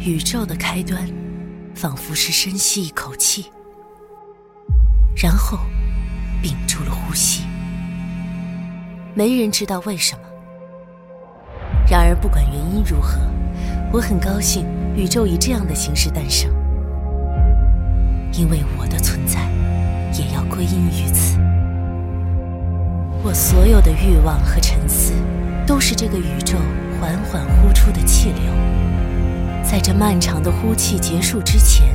宇宙的开端，仿佛是深吸一口气，然后屏住了呼吸。没人知道为什么。然而，不管原因如何，我很高兴宇宙以这样的形式诞生，因为我的存在也要归因于此。我所有的欲望和沉思，都是这个宇宙缓缓呼出的气流。在这漫长的呼气结束之前，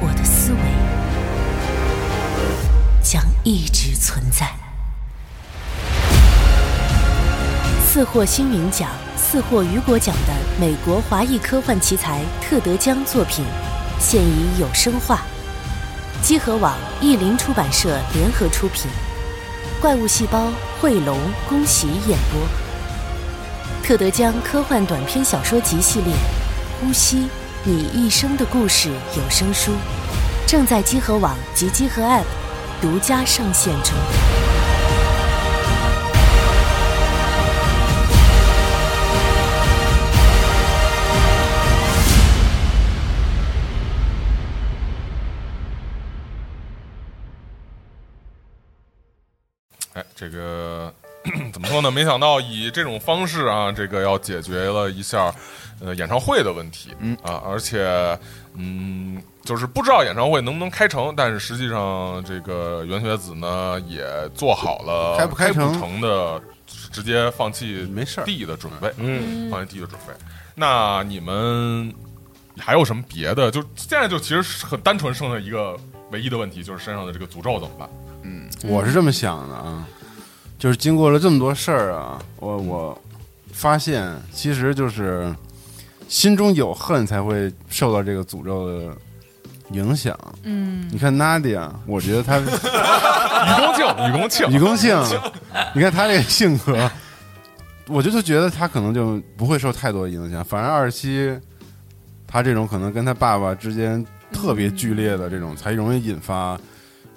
我的思维将一直存在。四获星云奖、四获雨果奖的美国华裔科幻奇才特德·江作品，现已有声化，积禾网、译林出版社联合出品，怪物细胞汇龙、恭喜演播。特德·江科幻短篇小说集系列《呼吸》，你一生的故事有声书，正在积禾网及积禾 App 独家上线中。哎，这个怎么说呢？没想到以这种方式啊，这个要解决了一下呃演唱会的问题，嗯啊，而且嗯，就是不知道演唱会能不能开成，但是实际上这个袁学子呢也做好了开不开成不成的直接放弃没事儿地的准备，嗯，放弃地的准备。那你们还有什么别的？就现在就其实是很单纯剩下一个唯一的问题，就是身上的这个诅咒怎么办？我是这么想的啊，就是经过了这么多事儿啊，我我发现其实就是心中有恨才会受到这个诅咒的影响。嗯，你看 Nadia，我觉得她雨公庆，雨公庆，女公性，你看她这个性格，我就就觉得她可能就不会受太多影响。反而二七，她这种可能跟她爸爸之间特嗯别剧烈的这种，才容易引发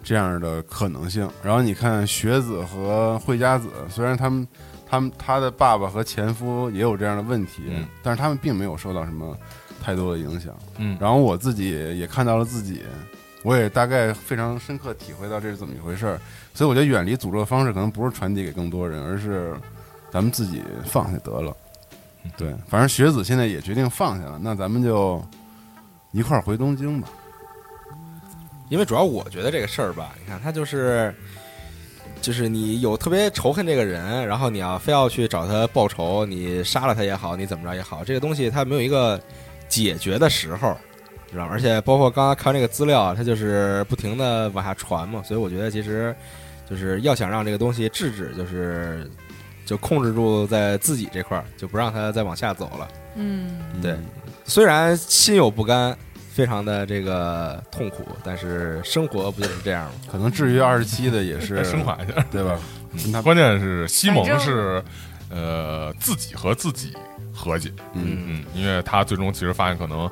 这样的可能性。然后你看学子和惠家子，虽然他们。他们他的爸爸和前夫也有这样的问题，嗯但是他们并没有受到什么太多的影响。嗯然后我自己也看到了自己，我也大概非常深刻体会到这是怎么一回事儿。所以我觉得远离诅咒的方式可能不是传递给更多人，而是咱们自己放下得了。嗯对，反正学子现在也决定放下了，那咱们就一块儿回东京吧。因为主要我觉得这个事儿吧，你看他就是，就是你有特别仇恨这个人，然后你要非要去找他报仇，你杀了他也好，你怎么着也好，这个东西它没有一个解决的时候，知道吗？而且包括刚刚看这个资料，它就是不停的往下传嘛，所以我觉得其实就是要想让这个东西制止，就是就控制住在自己这块儿，就不让它再往下走了。嗯，对，虽然心有不甘，非常的这个痛苦，但是生活不就是这样吗？可能至于二十七的也是再 升华嗯一下。对吧？跟 他关键是西蒙反正是呃自己和自己和解，嗯，嗯，因为他最终其实发现可能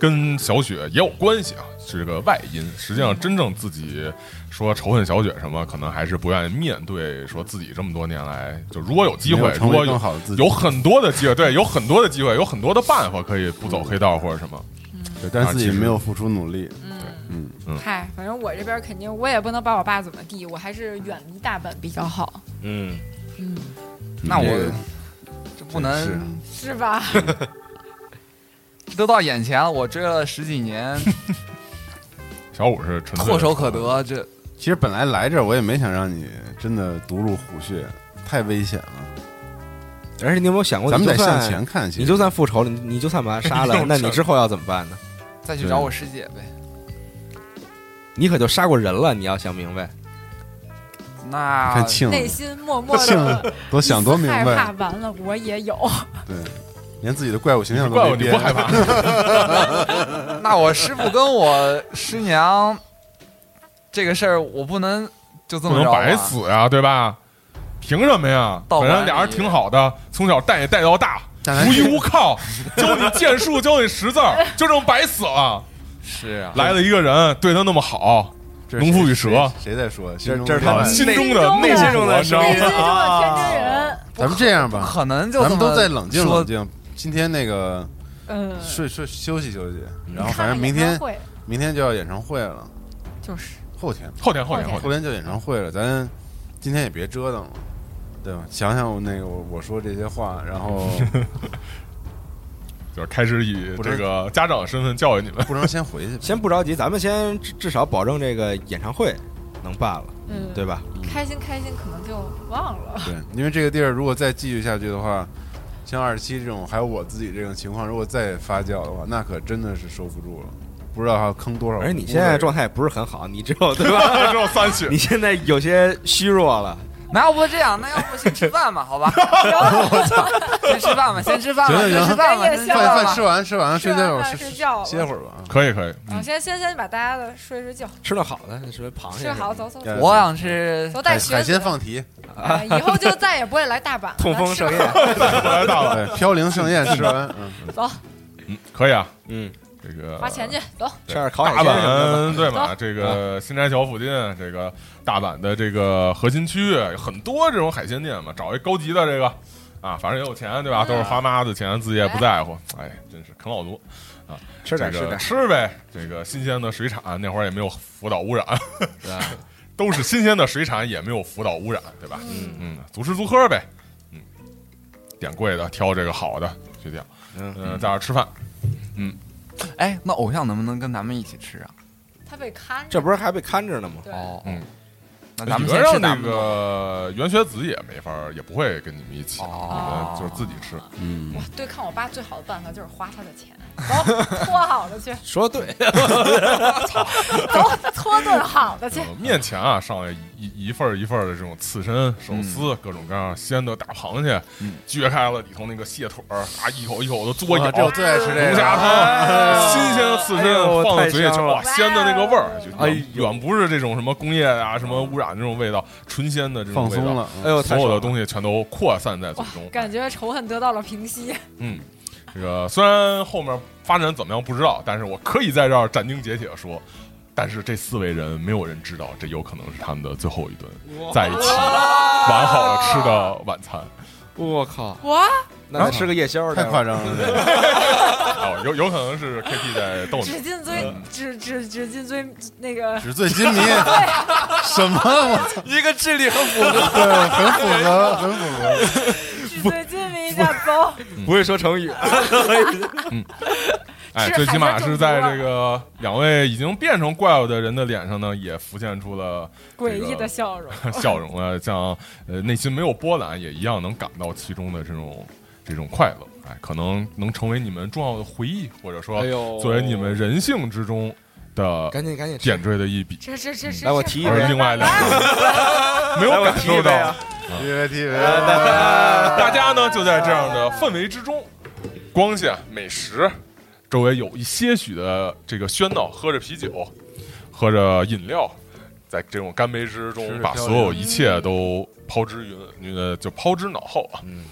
跟小雪也有关系啊，是个外因。实际上，嗯真正自己说仇恨小雪什么，可能还是不愿意面对，说自己这么多年来，就如果有机没会有，如成果为有更好的自己有，很多的机会，对，有很多的机会，有很多的办法可以不走黑道或者什么。对但啊是自己其实嗯没有付出努力。嗨，反正我这边肯定我也不能把我爸怎么地，我还是远离大阪比较好，嗯，嗯，那你这我这不是能是吧？都到眼前了，我追了十 几年，小五是纯粹唾手可得，这其实本来来这儿我也没想让你真的独入虎穴，太危险了。而且你有没有想过，咱们得你就向算前看，其你实就算复仇了，你你就算把他杀了，那你之后要怎么办呢？再去找我师姐呗。你可就杀过人了，你要想明白。那看庆内心默默庆的多想多明啊害怕白，完了，我也有，连自己的怪物形象都怪我，没你变。不害怕？那我师傅跟我师娘这个事儿，我不能就这不么能着吧白死呀，对吧？凭什么呀？盗本版来俩人挺好的，从小带你带到大，但咱无依无靠，教你剑术，教你识字儿，就这么白死了。是啊，来了一个人对他那么好，这农夫与蛇谁谁在说？这这是他们心中的内怒心火中的你知道内吗心是我天真人。咱们这样不吧，可能就咱们这么都再冷静说冷静。今天那个嗯，睡睡休息休息，嗯然后看反了正明演天唱会明天就要演唱会了，就是后天吧后天后天后后天，后天就演唱会了，咱今天也别折腾了，对吧？想想我那个我我说这些话，然 后就是开始以不是这个家长身份教育 你们。 不能先回去吧，先不着急，咱们先至至少保证这个演唱会能办了，嗯，对？吧？开心开心，可能就忘了。对，因为这个地儿如果再继续下去的话，像二十七这种，还有我自己这种情况，如果再发酵的话，那可真的是收不住了，不知道还要坑多少。而且你现在状态也不是很好，你只有对吧？只有三血，你现在有些虚弱了，那要不这样，那要不先吃饭吧，好 吧？先吃饭吧，先吃饭吧，行行先吃饭吧，行 先吃行饭饭饭吧吃。完吃完睡吃觉完饭睡睡觉歇会儿吧。嗯可以可以，我先先先把大家的睡睡觉，吃了好的什么螃蟹睡什好么的，走走对走，我想吃走带海学海子鲜放题，哎以后就再也不会来大阪了。痛 风是吧盛宴，回来大了， 对，飘零盛宴吃完，嗯，走，嗯，可以啊，嗯，这个花钱去，走。吃点烤海大鲜什么的吧。啊阪对嘛？这个新斋桥附近，这个大阪的这个核心区域有很多这种海鲜店嘛，找一高级的这个啊，反正也有钱对吧？都是花妈的钱，自己也不在乎。哎，真是啃老族，吃点这吃个点，吃呗，这个新鲜的水产，那会儿也没有福岛污染，对吧 都是新鲜的水产，也没有福岛污染，对吧？嗯嗯，足吃足喝呗，嗯，点贵的，挑这个好的去点，嗯嗯，在这儿吃饭。哎，那偶像能不能跟咱们一起吃啊？他被看着，这不是还被看着呢吗？对，哦，嗯，那咱们觉先让吃那咱们的个袁学子也没法儿，也不会跟你们一起，哦你们就是自己吃。嗯，哇，对抗我爸最好的办法就是花他的钱，走，搓好的去，说得对，走，搓顿好的去。呃面前啊，上来一一一份儿一份儿的这种刺身、手撕，各种各样鲜的大螃蟹，撅开了里头那个蟹腿儿，啊，一口一口的嘬哇咬，这我最爱吃这龙个虾了，汤，新鲜的刺哎身呦放在太嘴里香去，了哇，鲜的那个味儿，就哎远远不是这种什么工业啊、什么污染这种味道，纯鲜的这种放味松道了，，哎呦，所太爽有的了东西全都扩散在嘴哇中，，感觉仇恨得到了平息。嗯，这个虽然后面发展怎么样不知道，但是我可以在这儿斩钉截铁地说，但是这四位人没有人知道，这有可能是他们的最后一顿在一起完好了吃的晚餐。我靠，哇，那得吃个夜宵，太夸张。张了，哦，有有可能是 KP 在逗纸你。巾追，纸纸纸巾追那个纸醉金迷， 什么？我操，一个智力很符合，对，很符合，很符合，纸醉金迷一下走，不会说成语，哎，是最起码还是是在这个两位已经变成怪物的人的脸上呢，也浮现出了诡异的笑容。 笑容啊，像呃内心没有波澜，也一样能感到其中的这种这种快乐。哎，可能能成为你们重要的回忆，或者说哎呦作为你们人性之中的赶紧赶紧吃点缀的一笔。这这这这，来我提一而杯另外两个人没有感 受到，别提别大家呢就在这样的氛围之中，光线、美食，周围有一些许的这个喧闹，喝着啤酒，喝着饮料，在这种干杯之吃中，着把漂所有亮一切都抛之云云呃，就抛之脑后啊。嗯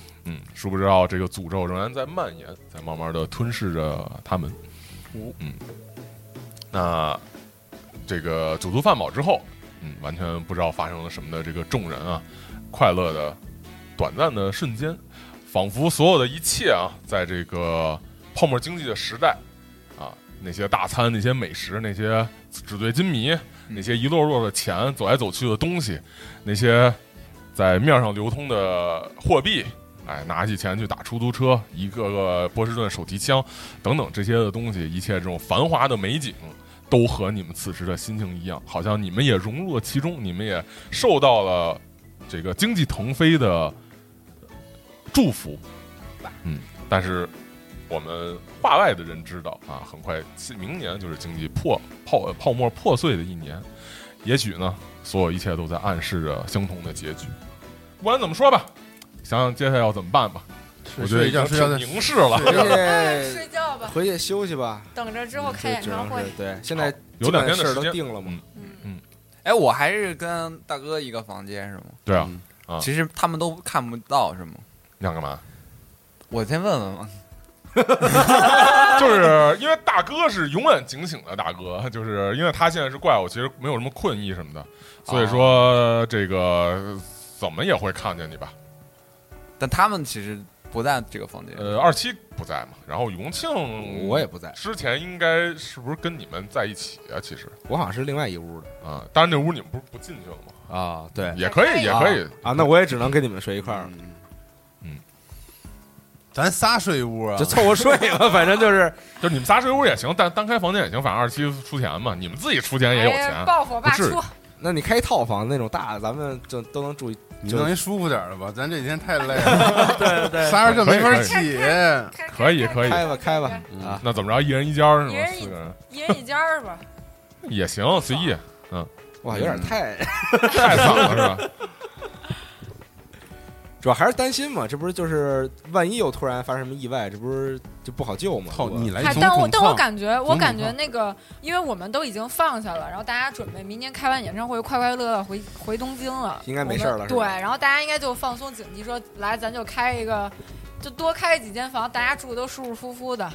殊不知道这个诅咒仍然在蔓延，在慢慢的吞噬着他们。嗯，那这个酒足饭饱之后，嗯，完全不知道发生了什么的这个众人啊，快乐的短暂的瞬间，仿佛所有的一切啊，在这个泡沫经济的时代啊，那些大餐、那些美食、那些纸醉金迷、那些一摞摞的钱、走来走去的东西，那些在面上流通的货币。哎，拿起钱去打出租车，一个个波士顿手提箱，等等这些的东西，一切这种繁华的美景，都和你们此时的心情一样，好像你们也融入了其中，你们也受到了这个经济腾飞的祝福。嗯，但是我们话外的人知道啊，很快明年就是经济破泡泡沫破碎的一年，也许呢，所有一切都在暗示着相同的结局。不管怎么说吧，想想接下来要怎么办吧。我觉得睡已一觉经睡一觉挺再凝视了，回去睡觉吧，回去休息吧。等着之后开这演只唱能会是。对，现在 有两天基的时本事儿都间定了嘛。哎，我还是跟大哥一个房间是吗？对啊，嗯啊其实他们都看不到是吗？你想干嘛？我先问问嘛。就是因为大哥是永远警醒的大哥， 就是因为他现在是怪物，其实没有什么困意什么的，所以说这个怎么也会看见你吧？但他们其实不在这个房间。呃，二七不在嘛，然后永庆我也不在，之前应该是不是跟你们在一起啊？其实我好像是另外一屋的啊，当然这屋你们不是不进去了吗？啊，对，也可以，也可以，啊，那我也只能跟你们睡一块儿了，咱仨睡一屋啊就，凑合睡吧，反正就是就是你们仨睡一屋也行，但单开房间也行，反正二七出钱嘛，你们自己出钱也有哎钱呀。报复我爸不至于出，那你开一套房那种大的，咱们就都能住一。你就弄一舒服点儿的吧，咱这几天太累了，对对仨人就没可法以起。开可以开可以开吧开吧嗯啊！那怎么着？一人一间儿是一吗？人一四个人一人一间儿吧，也行，随意。哇，有点嗯太，太惨了是 吧？主要还是担心嘛，这不是就是万一又突然发生什么意外，这不是就不好救嘛？操，对吧你来嗨哎总哎但我统但我套感觉，总我统感觉放那个，因为我们都已经放下了，然后大家准备明年开完演唱会，快快乐乐回回东京了，应该没我们事儿了是对，吧然后大家应该就放松警惕，说来咱就开一个，就多开几间房，大家住的都舒舒服服的。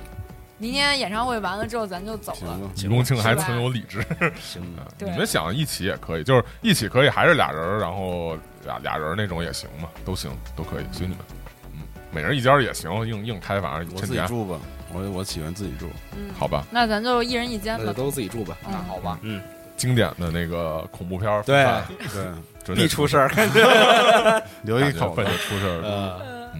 明年演唱会完了之后，咱就走行了。吧，李公庆还存有理智，行吧，对你们想一起也可以，就是一起可以，还是俩人儿，然后俩俩人儿那种也行嘛，都行，都可以，随你们。嗯，每人一间儿也行，硬硬开反正我趁自己钱，住吧，我我喜欢自己住。嗯，好吧？那咱就一人一间那就吧。都自己住吧。嗯那好吧，经典的那个恐怖片儿，对反派对，准必得出事儿， 留感一觉口奔吧着。出事儿。呃，呃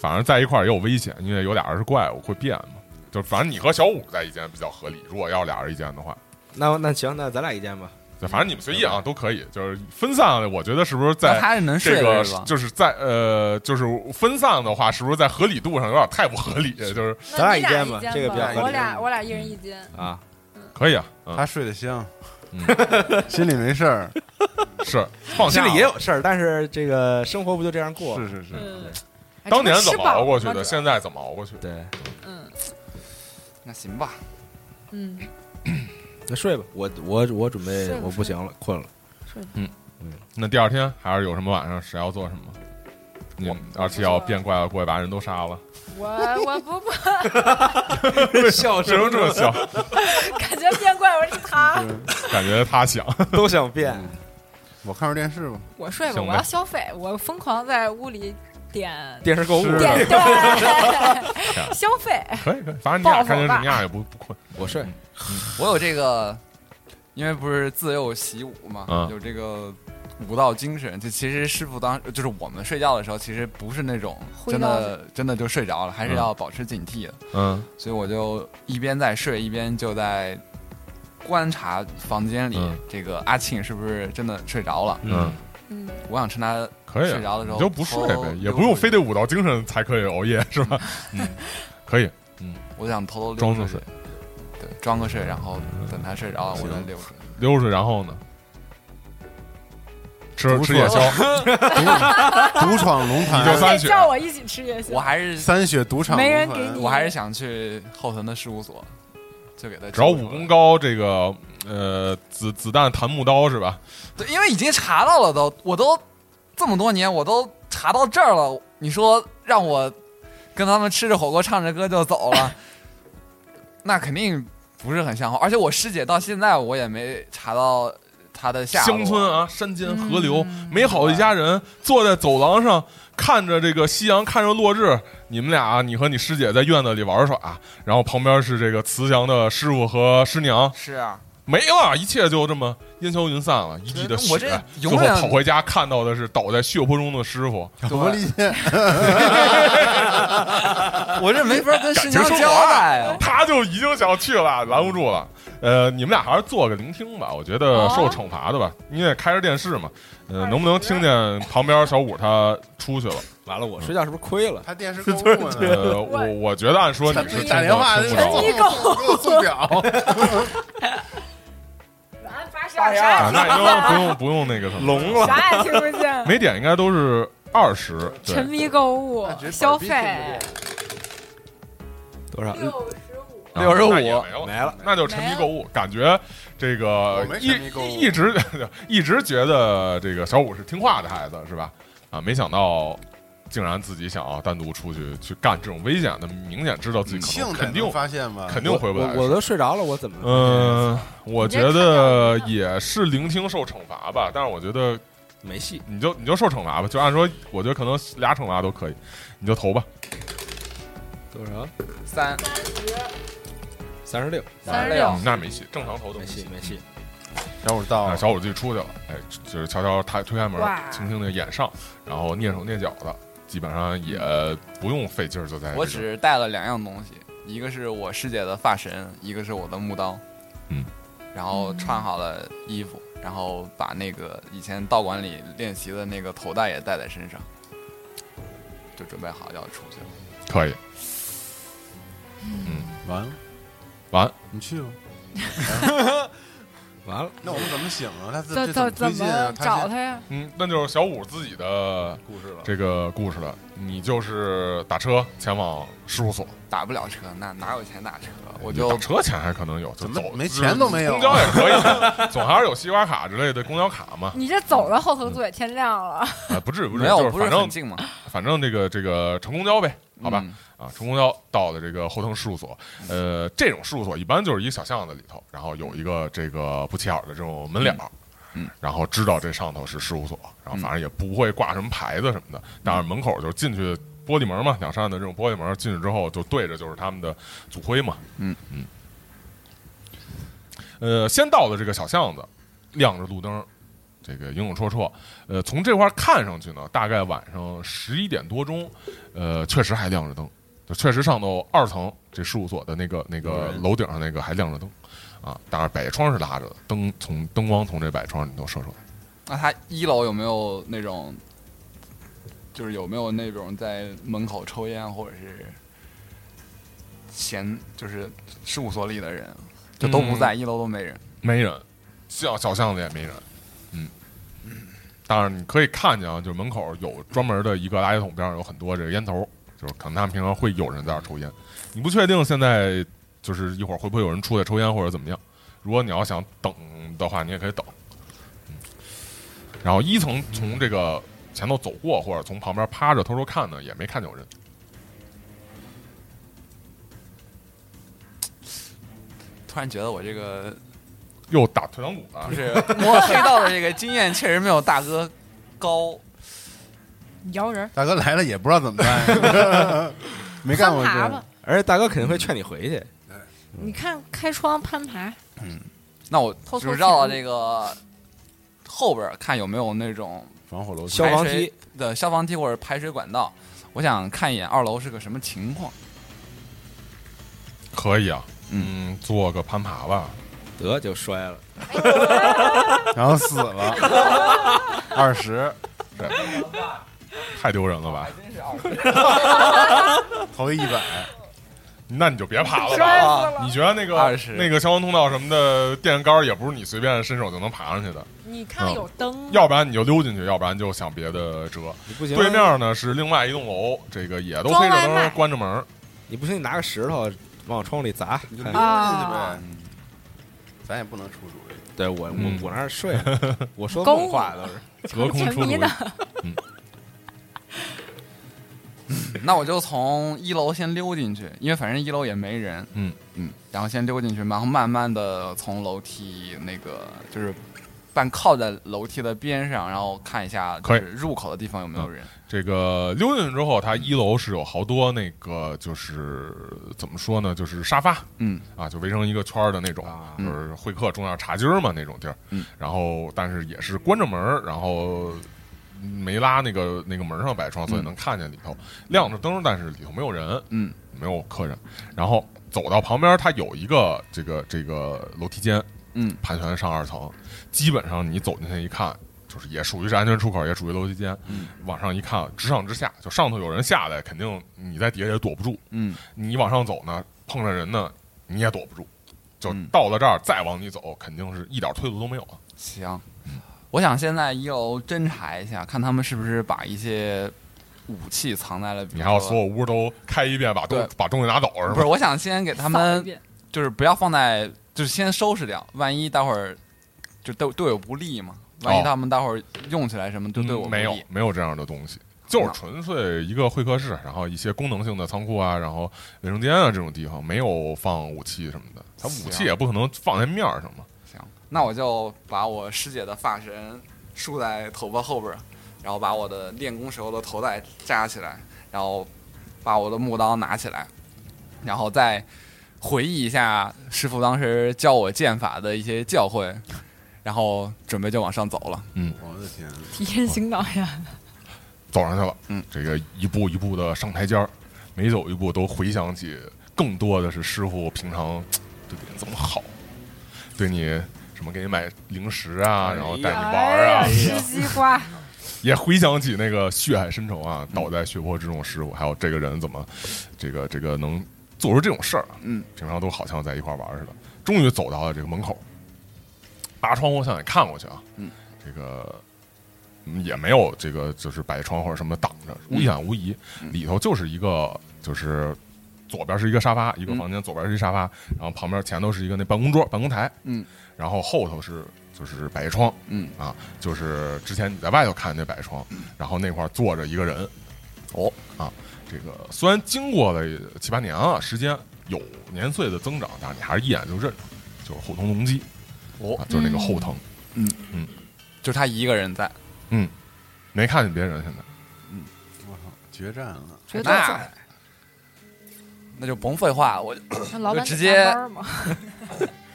反正在一块儿也有危险，因为有俩人是怪物会变嘛。就反正你和小五在一间比较合理，如果要是俩人一间的话，那那行，那咱俩一间吧。就反正你们随意啊，都可以。就是分散，我觉得是不是那在他是能睡这的个是吧？就是在呃，就是分散的话，是不是在合理度上有点太不合理？就是那咱俩你一间吧这个比较合我理俩我俩一人一间。啊，可以啊，嗯，他睡得香嗯， 心里没事儿。是放下心啊里也了。有事儿，但是这个生活不就这样过？是是是，嗯，哎当年这不怎吃么饱了熬过去吗的，这现在怎么熬过去？对，嗯那行吧，嗯，那睡吧，我我我准备睡吧我不行了，困了。那第二天还是有什么晚上谁要做什么？你们而且要变怪了，过去把人都杀了，我我不不笑为什么这么笑？感觉变怪，我是他。 感觉他想，都想变，嗯我看会儿电视吧。我睡吧，行呗我要消费，我疯狂在屋里 点电视购物是啊的点对消费。可以可以，反正你俩报复看成我什吧么样也不不困。我睡，嗯我有这个，因为不是自幼习武嘛，嗯有这个武道精神。就其实师傅当就是我们睡觉的时候，其实不是那种挥真刀的真的就睡着了，还是嗯要保持警惕的。嗯所以我就一边在睡，一边就在观察房间里、嗯这个阿庆是不是真的睡着了。嗯，嗯，我想趁他可以啊睡着的时哦候你就不睡偷呗，也不用非得武道精神才可以熬夜是吧？嗯，可以，我想偷偷溜装出着去，对，装个睡，然后等他睡着了，我再行溜出去。溜出去，然后呢？吃独吃处夜宵，独独闯龙你就盘，仨也血叫我一起吃夜宵我。还是三雪赌场龙盘，没人给你我还是想去后藤的事务所，就给他只要揪武出来功，高，这个呃子子弹弹木刀是吧？对，因为已经查到了都，我都这么多年我都查到这儿了，你说让我跟他们吃着火锅唱着歌就走了，那肯定不是很像话。而且我师姐到现在我也没查到她的下落乡村啊，山间河流，嗯美好的一家人坐在走廊上，看着这个夕阳，看着落日。你们俩，你和你师姐在院子里玩耍、然后旁边是这个慈祥的师傅和师娘，是啊，没了，一切就这么烟消云散了，一地的对血。我这最永后远跑回家看到的是倒在血泊中的师傅，我理解。 我这没法跟师感情娘升交代华啊，。他就已经想去了，拦不住了。呃，你们俩还是做个聆听吧，我觉得受惩罚的吧，因为开着电视嘛。呃，能不能听见旁边小五他出去了？完嗯了，我睡觉是不是 亏了？他电视购物呢，呃， 我我觉得按说你是听打电话不着 你的给我给我送表。俺发八啥十啥啊，二那也不用不用不用那个什么，聋了， 啥也听不见。没点应该都是二十，对沉，迷购物那直接消板儿费多少？十五，啊65那也没了没了，那就沉迷购物，感觉这个我没一沉迷购物一一直一直觉得这个小五是听话的孩子是吧？啊，没想到竟然自己想要单独出去去干这种危险的，明显知道自己可能庆肯定发现吧，肯定定回不我来我是。都睡着了，我怎么？呃嗯，我觉得也是聆听受惩罚吧，但是我觉得没戏。你就你就受惩罚吧，就按说，我觉得可能俩惩罚都可以，你就投吧。多少？三三十六，三十完了六呀，那没戏，正常投都没戏，没戏。小五到哎，了，小五自己出去了，哎，就是悄悄抬推开门哇，轻轻的掩上，然后蹑手蹑脚的，基本上也不用费劲儿就在、这个。我只带了两样东西，一个是我师姐的发绳，一个是我的木刀。嗯，然后穿好了衣服，然后把那个以前道馆里练习的那个头带也带在身上，就准备好要出去了。可以完了，完，你去吧。完了，那我们怎么醒啊？他自怎这怎推怎进啊么？他找先他呀？嗯，那就是小五自己的故事了。这个故事了。你就是打车前往事务所，打不了车，那哪有钱打车？我打就车钱还可能有，就怎么走没钱都没有公交也可以，总还是有西瓜卡之类的公交卡嘛。你这走了后头就也天亮了，啊，不至于不至于，没有，就是不反很正近吗？反正这个这个乘公交呗，好吧。嗯啊，乘公交到的这个后藤事务所，呃，这种事务所一般就是一小巷子里头，然后有一个这个不起眼的这种门脸儿，嗯嗯然后知道这上头是事务所，然后嗯反正也不会挂什么牌子什么的，但是门口就是进去玻璃门嘛，两扇的这种玻璃门，进去之后就对着就是他们的组徽嘛，嗯嗯，呃，先到的这个小巷子，亮着路灯。这个影影绰绰，呃，从这块儿看上去呢，大概晚上十一点多钟，呃，确实还亮着灯，就确实上头二层这事务所的那个那个楼顶上那个还亮着灯，啊，当然百叶窗是拉着的，灯从灯光从这百叶窗里头射出来。那他一楼有没有那种，就是有没有那种在门口抽烟或者是闲，就是事务所里的人，就都不在，嗯一楼都没人。没人，小小巷子也没人，嗯。当然，你可以看见啊，就是门口有专门的一个垃圾桶边上有很多这个烟头，就是可能他们平常会有人在那儿抽烟。你不确定现在就是一会儿会不会有人出来抽烟或者怎么样。如果你要想等的话，你也可以等。嗯、然后一层从这个前头走过，或者从旁边趴着偷偷看呢，也没看见有人。突然觉得我 这个又打退堂鼓了不，是摸黑道的这个经验确实没有大哥高，你摇人儿，大哥来了也不知道怎么办，没干攀过这爬个吧。，而且大哥肯定会劝你回去。你看开窗攀爬，那我偷偷只绕到这个后边儿看有没有那种防火楼梯消，防排水梯的消防梯或者排水管道，我想看一眼二楼是个什么情况。可以啊，嗯，做个攀爬吧。得就摔了，然后死了， 二十对，太丢人了吧？投一百，那你就别爬了摔啊吧。死了。你觉得那个20那个消防通道什么的电线杆儿也不是你随便伸手就能爬上去的，你看有灯，嗯要不然你就溜进去，要不然就想别的辙。你不行，对面呢是另外一栋楼，这个也都装黑着外卖灯，关着门儿。你不行，你拿个石头往我窗户里砸。哎你就溜进看去呗啊，咱也不能出主意。对我我嗯我那儿睡呢， 我说勾梦话都是。隔空出沉炉迷呢，那我就从一楼先溜进去，因为反正一楼也没人。嗯嗯，然后先溜进去，然后慢慢的从楼梯那个就是半靠在楼梯的边上，然后看一下就可以嗯是入口的地方有没有人。这个溜进去之后，它一楼是有好多那个就是怎么说呢，就是沙发，嗯，啊，就围成一个圈儿的那种，啊就是会客中间茶几儿嘛那种地儿。嗯然后但是也是关着门儿，然后没拉那个那个门上百窗，所以能看见里头、亮着灯，但是里头没有人，嗯，没有客人。然后走到旁边，它有一个这个这个楼梯间，嗯，盘旋上二层，基本上你走进去一看。就是也属于是安全出口，也属于楼梯间。嗯往上一看，直上直下，就上头有人下来，肯定你在底下也躲不住。嗯，你往上走呢，碰上人呢，你也躲不住。就嗯到了这儿，再往你走，肯定是一点退路都没有啊了。行。我想现在一楼侦查一下，看他们是不是把一些武器藏在了，比你如还要说所有屋都开一遍，把东对把东西拿走是不吧是，？我想先给扫他一们遍就是不要放在，就是先收拾掉，万一待会儿就对对我不利嘛。万哦一他们待会儿用起来什么，就对我嗯嗯不没有利。没有这样的东西，就是那纯粹一个会客室，然后一些功能性的仓库啊，然后卫生间啊这种地方，没有放武器什么的。它武器行也不可能放在面儿上嘛。行，那我就把我师姐的发绳竖在头发后边儿，然后把我的练功时候的头带扎起来，然后把我的木刀拿起来，然后再回忆一下师傅当时教我剑法的一些教诲，然后准备就往上走了。我的天，体验型导演，走上去了。嗯，这个一步一步的上台阶儿，每走一步都回想起，更多的是师傅平常对别人这么好，对你什么给你买零食啊，然后带你玩儿啊，哎哎呀吃西瓜，也回想起那个血海深仇啊，倒在血泊之中的师傅，还有这个人怎么，这个这个能做出这种事儿、啊，嗯，平常都好像在一块儿玩儿似的。终于走到了这个门口，扒窗户向里看过去啊，嗯，这个嗯也没有这个就是摆窗户什么挡着，嗯无一览无遗，里头就是一个就是左边是一个沙发，一嗯个房间，左边是一沙发，然后旁边前头是一个那办公桌、办公台，嗯，然后后头是就是百叶窗，嗯啊，就是之前你在外头看那百叶窗，然后那块儿坐着一个人，哦啊，这个虽然经过了七八年了，时间有年岁的增长，但是你还是一眼就认出，就是后藤隆基，哦啊，就是那个后藤，就是他一个人在，没看见别人现在。我操，决战了！绝对哎那那就甭废话，我就那老板就直得加接班儿嘛，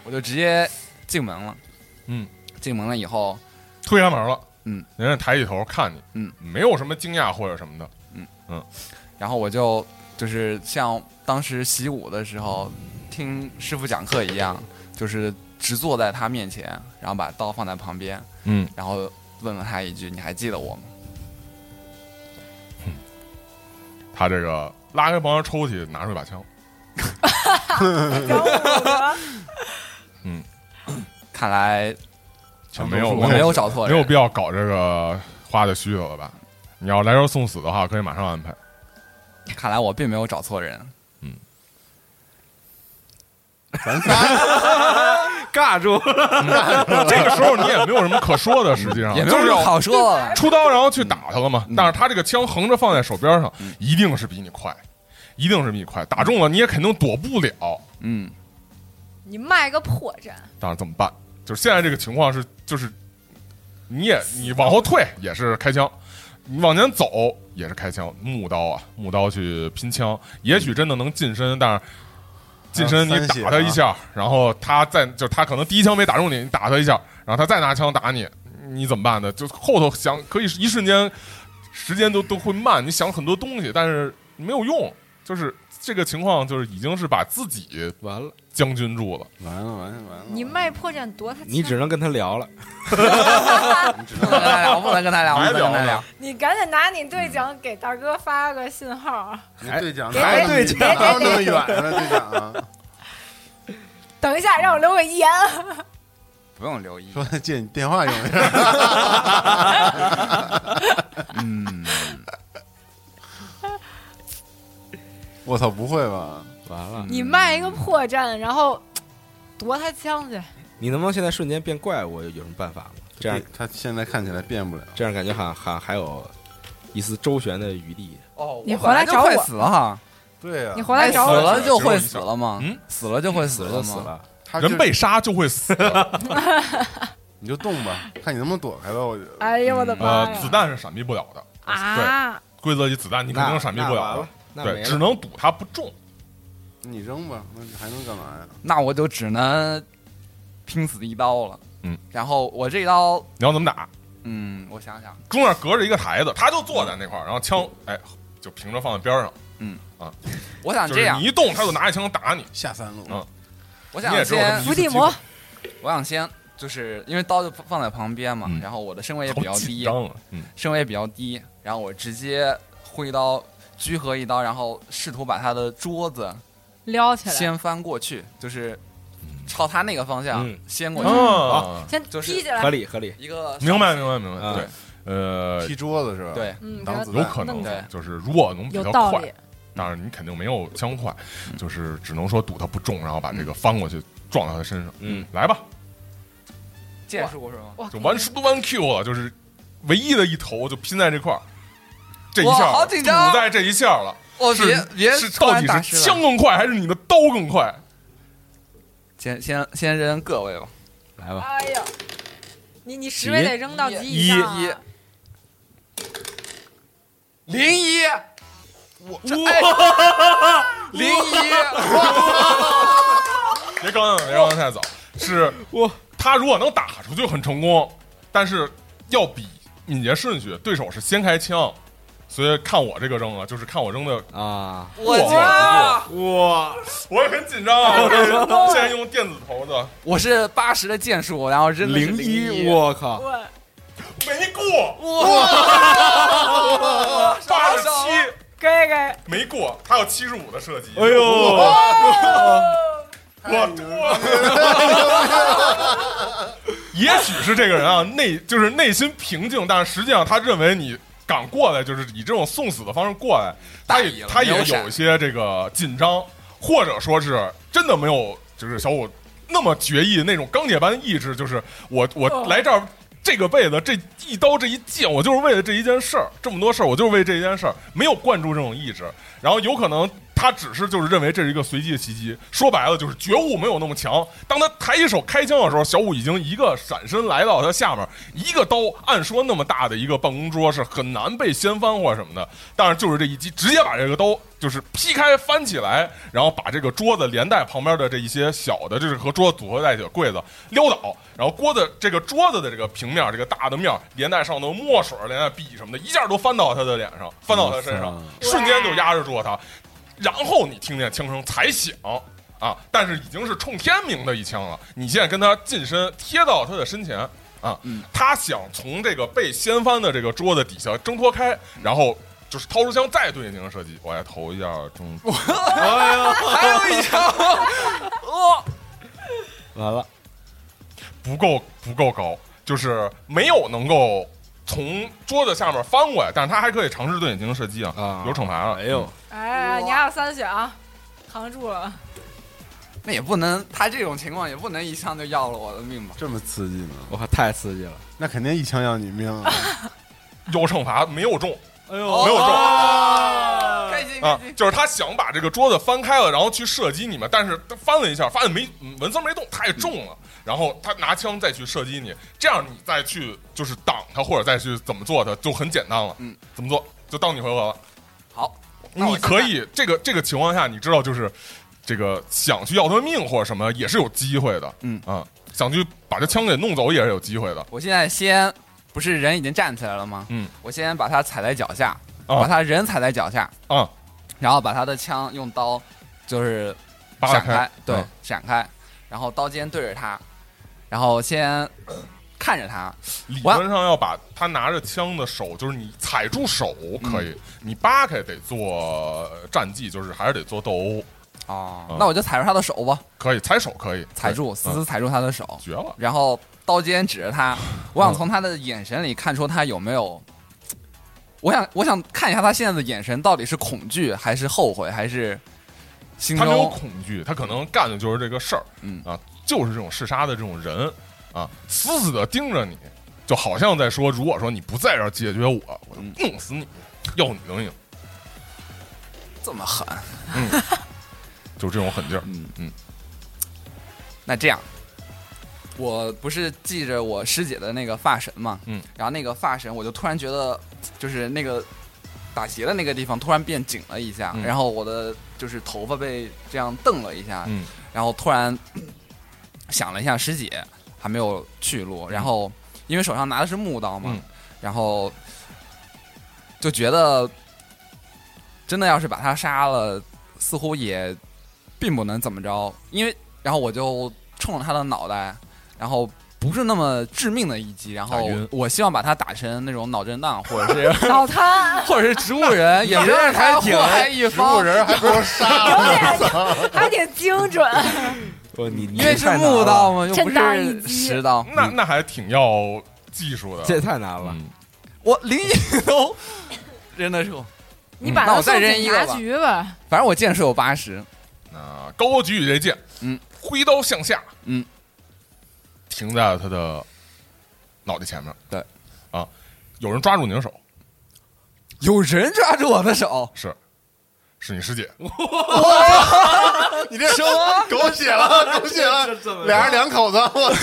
我就直接进门了。嗯，进门了以后，推开门了，嗯，人家抬起头看你，嗯，没有什么惊讶或者什么的，然后我就就是像当时习武的时候听师傅讲课一样，就是直坐在他面前，然后把刀放在旁边，嗯，然后问了他一句：“你还记得我吗他这个拉开旁边抽屉，拿出一把啊枪，讲武德，？”看来就没有我我没有找错没有人，必要搞这个花的虚头了吧？你要来这儿送死的话，可以马上安排。看来我并没有找错人。咱仨 尬住了， 这个时候你也没有什么可说的，实际上也没啊就有什是么要好嗯说的，出刀然后去打他了嘛。但是他这个枪横着放在手边上，嗯一定是比你快，一定是比你快，打中了你也肯定躲不了。嗯， 你卖个破绽，但是怎么办？就是现在这个情况是，就是你也你往后退也是开枪，你往前走也是开枪，木刀啊，木刀去拼枪，也许真的能近身，但是近身你还有三血打他一下，然后他再就是他可能第一枪没打中你，你打他一下，然后他再拿枪打你，你怎么办呢？就后头想可以一瞬间时间都都会慢，你想很多东西，但是没有用，就是这个情况就是已经是把自己完了，将军住了。完了完了完了！你卖破绽夺他，你只能跟他聊了。不能跟他聊，不能跟他聊，不还能跟聊他呢聊。你赶紧拿你队长给大哥发个信号，啊你对讲别哪有别别别哪有那么远了？对讲啊，等一下让我留个言。啊不用留意。说借你电话用 一下。嗯，我操，不会吧？完了，你卖一个破绽，然后夺他枪去，你能不能现在瞬间变怪物？有什么办法吗？这样他现在看起来变不了。这样感觉好像还还有一丝周旋的余地。哦，你我回本来就找快我死了哈，对啊呀、你回来哎死找我。了就会只有一死了吗？嗯，死了就会死死了了就吗死。了，啊他就人被杀就会死，你就动吧，看你能不能躲开吧。我觉得哎呦我的妈呃，呀！子弹是闪避不了的，啊，规则里子弹你肯定是闪避不了的，那对， 只能堵他不中。你扔吧，那你还能干嘛呀？那我就只能拼死一刀了。嗯，然后我这一刀，你要怎么打？嗯，我想想，中间隔着一个台子，他就坐在那块儿，然后枪哎就平着放在边上，我想就这是样你，一动他就拿着枪打你。下三路，嗯我你也想只有这么先一，伏地魔，我想先，就是因为刀就放在旁边嘛，嗯然后我的身位也好哎比较紧低，张啊，嗯，身位也比较低，然后我直接挥刀居合一刀，然后试图把他的桌子撩起来，掀翻过去，就是朝他那个方向嗯掀过去，啊，先就是踢起合来，理合理。一个明白明白明白，嗯对，呃，踢桌子是吧？，对，嗯，挡给子他有可弄对能啊就是如果能比有较道快理，。当然你肯定没有枪快，就是只能说堵他不中，然后把这个翻过去撞到他身上。嗯，来吧，剑术是吗？哇就完 o 都完 Q 了，就是唯一的一头就拼在这块儿，这一下哇好紧张堵在这一下了。哦，是别别是突到然底打是湿了枪更快还是你的刀更快？先先先扔各位吧，来吧，哎呦，你你十位几得扔到几一以上、啊？一零一，我这哎零一，别高兴，别高兴太早。是哇他如果能打出去很成功，但是要比敏捷顺序，对手是先开枪，所以看我这个扔了，就是看我扔的，啊！我啊哇操！哇，我也很紧张 啊。我这是现在用电子投的，我是八十的剑术，然后扔的是零一，我靠！我没过，哇八十少了七给给，没过，他有七十五的射击。哎呦，，我 也许是这个人啊，内就是内心平静，但是实际上他认为你敢过来，就是以这种送死的方式过来，他大意也了他没也有闪有一些这个紧张，或者说是真的没有，就是小五那么决意那种钢铁般的意志，就是我我哦来这儿。这个辈子，这一刀这一剑，我就是为了这一件事儿，这么多事儿，我就是为这一件事儿，没有灌注这种意志。然后有可能他只是就是认为这是一个随机的袭击，说白了就是觉悟没有那么强。当他抬起手开枪的时候，小五已经一个闪身来到他下面，一个刀，按说那么大的一个办公桌是很难被掀翻或者什么的，但是就是这一击直接把这个刀就是劈开翻起来，然后把这个桌子连带旁边的这一些小的，就是和桌子组合在一起的柜子撩倒，然后锅的这个桌子的这个平面，这个大的面连带上的墨水，连带笔什么的，一下都翻到他的脸上，翻到他身上哇，瞬间就压制住了他。然后你听见枪声才响啊，但是已经是冲天明的一枪了。你现在跟他近身，贴到他的身前啊，嗯他想从这个被掀翻的这个桌子底下挣脱开，然后就是掏出枪再对你进行射击。我来投一下中，还有一枪，哦，完了，不够不够高，就是没有能够从桌子下面翻过来，但是他还可以尝试对你进行射击啊，嗯啊有惩罚了。哎呦，哎，你还有三血啊，扛住了。那也不能，他这种情况也不能一枪就要了我的命吧？这么刺激呢？我靠，太刺激了！那肯定一枪要你命 啊！有惩罚没有中，哎没有中。哦开心 开啊心，，就是他想把这个桌子翻开了，然后去射击你们，但是他翻了一下，发现没嗯文森没动，太重了，然后他拿枪再去射击你，这样你再去就是挡他或者再去怎么做他就很简单了。嗯，怎么做就到你回合了。好，那我你现在可以这个这个情况下，你知道就是这个想去要他命或者什么也是有机会的。嗯啊，想去把这枪给弄走也是有机会的。我现在先不是人已经站起来了吗？嗯，我先把他踩在脚下，啊把他人踩在脚下，啊，然后把他的枪用刀就是扒拉闪开，对，啊闪开，然后刀尖对着他，然后先看着他，理我论上要把他拿着枪的手，就是你踩住手嗯可以，你扒开得做战绩，就是还是得做斗殴，哦嗯，那我就踩住他的手吧，可以踩手可以踩住，对死嗯死踩住他的手，绝了，然后刀尖指着他，我想从他的眼神里看出他有没有，我想我想看一下他现在的眼神到底是恐惧还是后悔还是心他没有中恐惧，他可能干的就是这个事儿，嗯啊，就是这种嗜杀的这种人啊，死死的盯着你，就好像在说，如果说你不在这儿解决我，我嗯就弄死你，要你能赢，这么狠。就这种狠劲儿，嗯嗯，那这样，我不是系着我师姐的那个发绳嘛，嗯，然后那个发绳我就突然觉得，就是那个打结的那个地方突然变紧了一下，嗯然后我的就是头发被这样蹬了一下，嗯，然后突然想了一下，师姐还没有去路，然后因为手上拿的是木刀嘛，嗯然后就觉得真的要是把他杀了，似乎也并不能怎么着，因为然后我就冲着他的脑袋，然后。不是那么致命的一击，然打后晕我希望把他打成那种脑震荡，或者是 脑瘫或者是植物人，也不让他祸害一植物方，人还不如杀了，我操！还挺精 准，嗯不，你因为是木刀，嘛，又 不真打一是击石刀。那那还挺要技术的，这也太难了。嗯我零一 都扔得住，你把那他我再送扔一警个察吧局吧。反正我剑术有八十，啊，高高举起这剑，嗯，挥刀向下，嗯，停在了他的脑袋前面。对，啊，有人抓住你的手，有人抓住我的手，是是你师姐，你这什么狗血了，狗血了，俩人两口子，我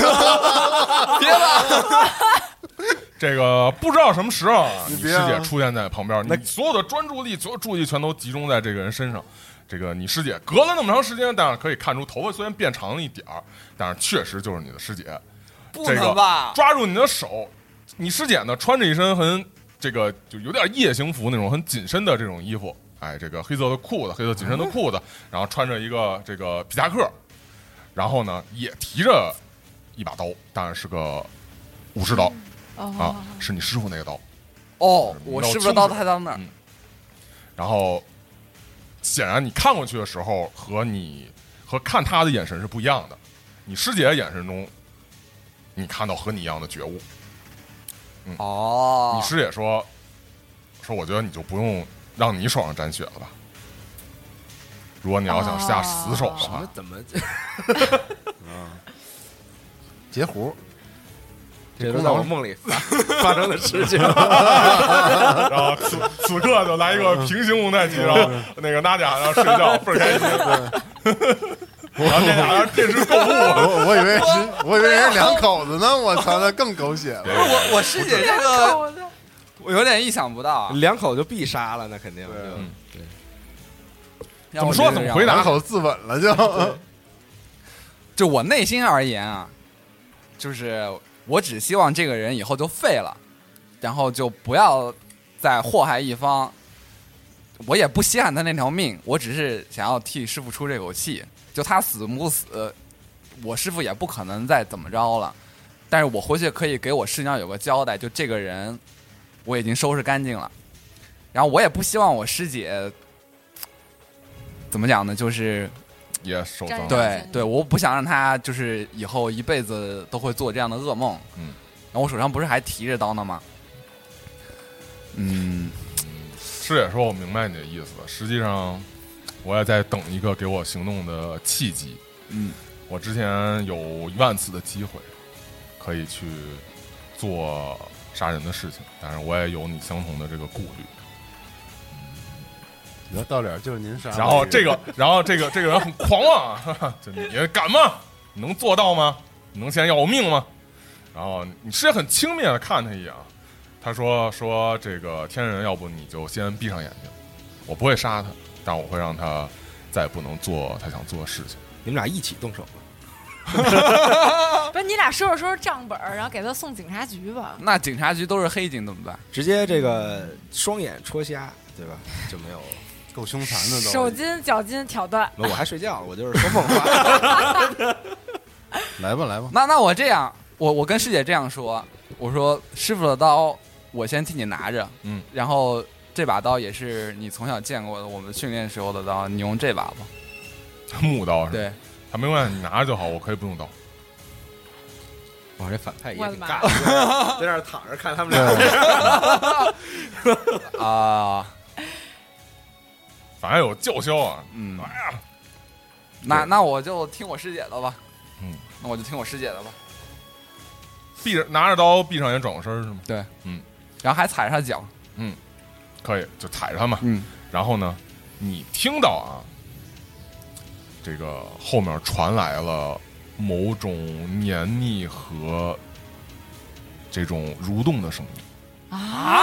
这个不知道什么时候啊，你你别师啊姐出现在旁边，那你所有的专注力、所有注意全都集中在这个人身上。这个你师姐隔了那么长时间，但是可以看出头发虽然变长了一点儿，但是确实就是你的师姐。 不这个能吧？抓住你的手，你师姐呢穿着一身很这个就有点夜行服那种很紧身的这种衣服，哎，这个黑色的裤子，黑色紧身的裤子，然后穿着一个这个皮夹克，然后呢也提着一把刀，当然是个武士刀啊哦，，是你师傅那个刀。哦，我脑是不清是到楚太到那儿？然后显然你看过去的时候和你和看他的眼神是不一样的，你师姐的眼神中，你看到和你一样的觉悟。哦啊嗯你，师姐说，说我觉得你就不用让你手上沾血了吧。如果你要想下死手的什话，么怎么截胡，这都在我梦里发 发生的事情？然后此此刻就来一个平行蒙太奇，然后那个娜姐然后睡觉倍儿开心， 然后这俩人电视购 物，我我以为是，我以为人家两口子呢，我操，那更狗血了。不是我，我师姐这个呃我有点意想不到啊。两口就必杀了，那肯定就嗯怎么说怎么回答两口子自刎了就，就我内心而言啊，就是我只希望这个人以后就废了，然后就不要再祸害一方。我也不稀罕他那条命，我只是想要替师傅出这口气。就他死不死，呃我师傅也不可能再怎么着了。但是我回去可以给我师娘有个交代，就这个人我已经收拾干净了。然后我也不希望我师姐怎么讲呢，就是也手脏，沾上对钱对，我不想让他就是以后一辈子都会做这样的噩梦。嗯，然后我手上不是还提着刀呢吗？嗯，师姐说：“我明白你的意思，实际上我也在等一个给我行动的契机。嗯，我之前有一万次的机会可以去做杀人的事情，但是我也有你相同的这个顾虑。你要到点儿就是您杀。然后这个，然后这个这个人很狂妄啊，哈 哈就你敢吗？你能做到吗？你能现在要我命吗？然后你师姐很轻蔑的看他一眼，啊，他说说这个天人，要不你就先闭上眼睛，我不会杀他，但我会让他再也不能做他想做的事情。你们俩一起动手吧。不是你俩收拾收拾账本儿，然后给他送警察局吧。那警察局都是黑警怎么办？直接这个双眼戳瞎，对吧？就没有。够凶残的都，手筋脚筋挑断，我还睡觉了，我就是说梦话。来吧来吧，那那我这样，我我跟师姐这样说，我说师傅的刀我先替你拿着，嗯，然后这把刀也是你从小见过的，我们训练时候的刀，你用这把吧。木刀是吧？对，他没关系，你拿着就好，我可以不用刀。哇，这反派也我的挺妈尬，在那儿躺着看他们俩。啊、反正有叫嚣啊，嗯，那那我就听我师姐的吧，嗯，那我就听我师姐的吧。闭着拿着刀，闭上眼转过身儿是吗？然后还踩着他脚，可以，就踩着他嘛。嗯，然后呢，你听到啊，这个后面传来了某种黏腻和这种蠕动的声音。啊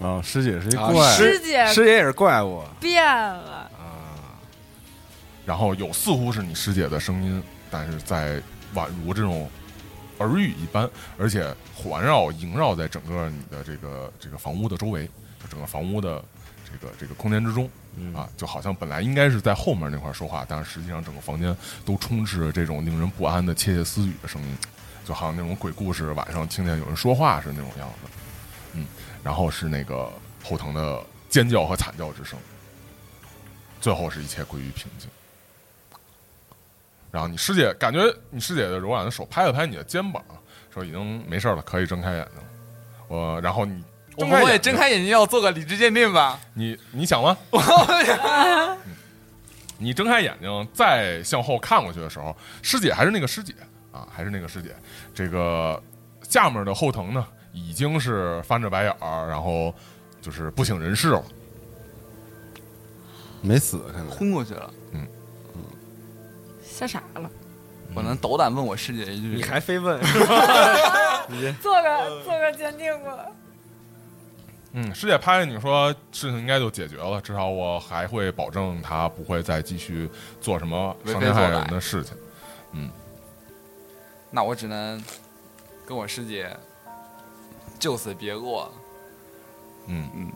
啊，师姐是一啊哎怪，师姐师爷也是怪物，变了，然后有似乎是你师姐的声音，但是在宛如这种耳语一般，而且环绕萦绕在整个你的这个这个房屋的周围，就整个房屋的这个这个空间之中。啊，就好像本来应该是在后面那块说话，但是实际上整个房间都充斥着这种令人不安的窃窃私语的声音，就好像那种鬼故事晚上听见有人说话是那种样子。嗯，然后是那个后藤的尖叫和惨叫之声，最后是一切归于平静。然后你师姐感觉你师姐的柔软的手拍了拍你的肩膀，说已经没事了，可以睁开眼睛了。我然后你我睁不开会眼睛睁开眼睛要做个理智鉴定吧？你你想吗？嗯 你睁开眼睛再向后看过去的时候，师姐还是那个师姐啊，还是那个师姐。这个下面的后藤呢，已经是翻着白眼儿，然后就是不省人事了。没死，看来昏过去了。吓傻 了，我能斗胆问我师姐一句，你还非问？ 做个做个鉴定吧。嗯，师姐拍着你说事情应该就解决了，至少我还会保证他不会再继续做什么伤天害人的事情。那我只能跟我师姐就此别过，嗯，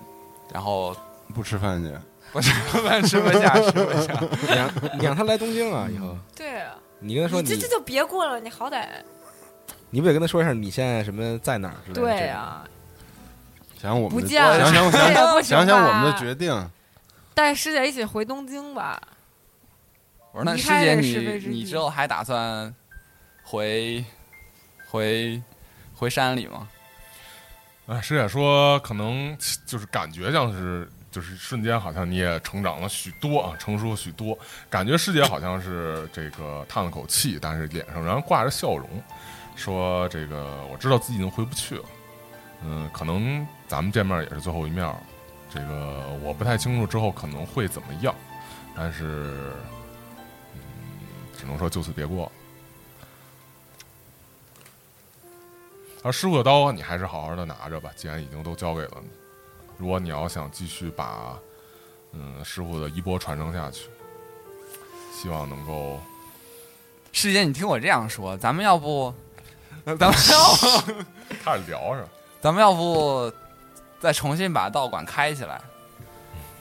然后不吃饭去。我吃饭吃不下，吃不下。你让你让他来东京啊，以后对啊，你跟他说你你这这就别过了，你好歹你不得跟他说一下你现在什么在哪儿之类的？对啊，想想我们不的，见了，想想我这想也不行想想我们的吧决定，带师姐一起回东京吧。我说那离师开姐这是非你之地你之后还打算回回回山里吗？哎，师姐说可能就是感觉像是就是瞬间好像你也成长了许多啊，成熟了许多，感觉师姐好像是这个叹了口气，但是脸上仍然挂着笑容，说这个我知道自己已经回不去了，嗯，可能咱们见面也是最后一面了，这个我不太清楚之后可能会怎么样，但是嗯，只能说就此别过了。而师傅的刀你还是好好的拿着吧，既然已经都交给了你，如果你要想继续把嗯师傅的衣钵传承下去，希望能够师姐，你听我这样说，咱们要不， 咱们要不，开始聊上。 咱们要不再重新把道馆开起来？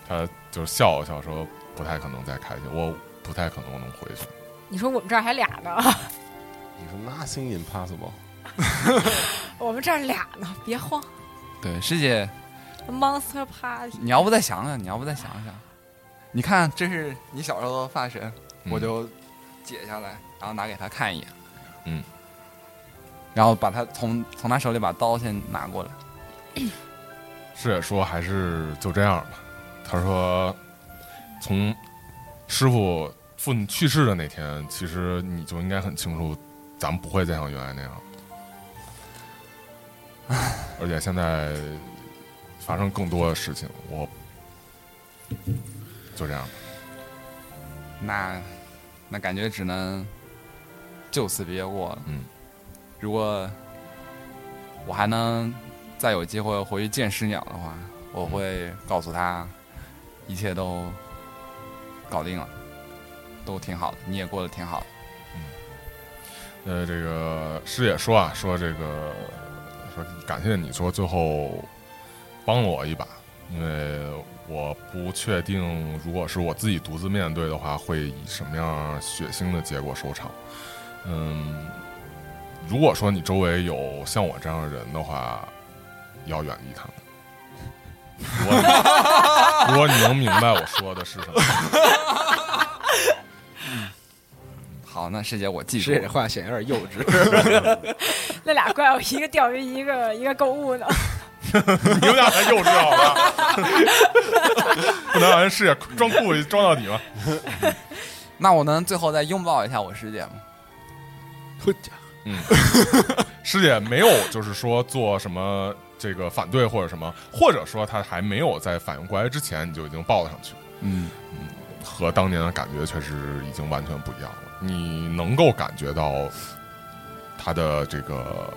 他就是笑了笑说：“不太可能再开去，我不太可能能回去。你说我们这儿还俩呢， 你说 nothing impossible，我们这儿俩呢，别慌对，师姐， ，Monster Party。你要不再想想，你要不再想想，你看这是你小时候的发绳，嗯我就解下来，然后拿给他看一眼，嗯，然后把他从从他手里把刀先拿过来，”师姐说：“还是就这样吧。”他说：“从师傅父你去世的那天，其实你就应该很清楚，咱们不会再像原来那样。 而且现在发生更多的事情，我就这样吧。那那感觉只能就此别过了。嗯，如果我还能再有机会回去见师鸟的话，我嗯会告诉他一切都搞定了，都挺好的，你也过得挺好的。呃，这个师姐说啊，说这个说感谢你说最后帮了我一把，因为我不确定如果是我自己独自面对的话，会以什么样血腥的结果收场。嗯，如果说你周围有像我这样的人的话，要远离他们。如果你如果你能 明白我说的是什么，好，那师姐我记住师姐这了。话显得有点幼稚。那俩怪物，一个钓鱼，一个一个购物呢。你们俩才幼稚好吧？不能让人师姐装酷装到你吧？那我能最后再拥抱一下我师姐吗？师姐没有，就是说做什么这个反对或者什么，或者说她还没有在反应过来之前，你就已经抱了上去，嗯，和当年的感觉确实已经完全不一样了。你能够感觉到她的这个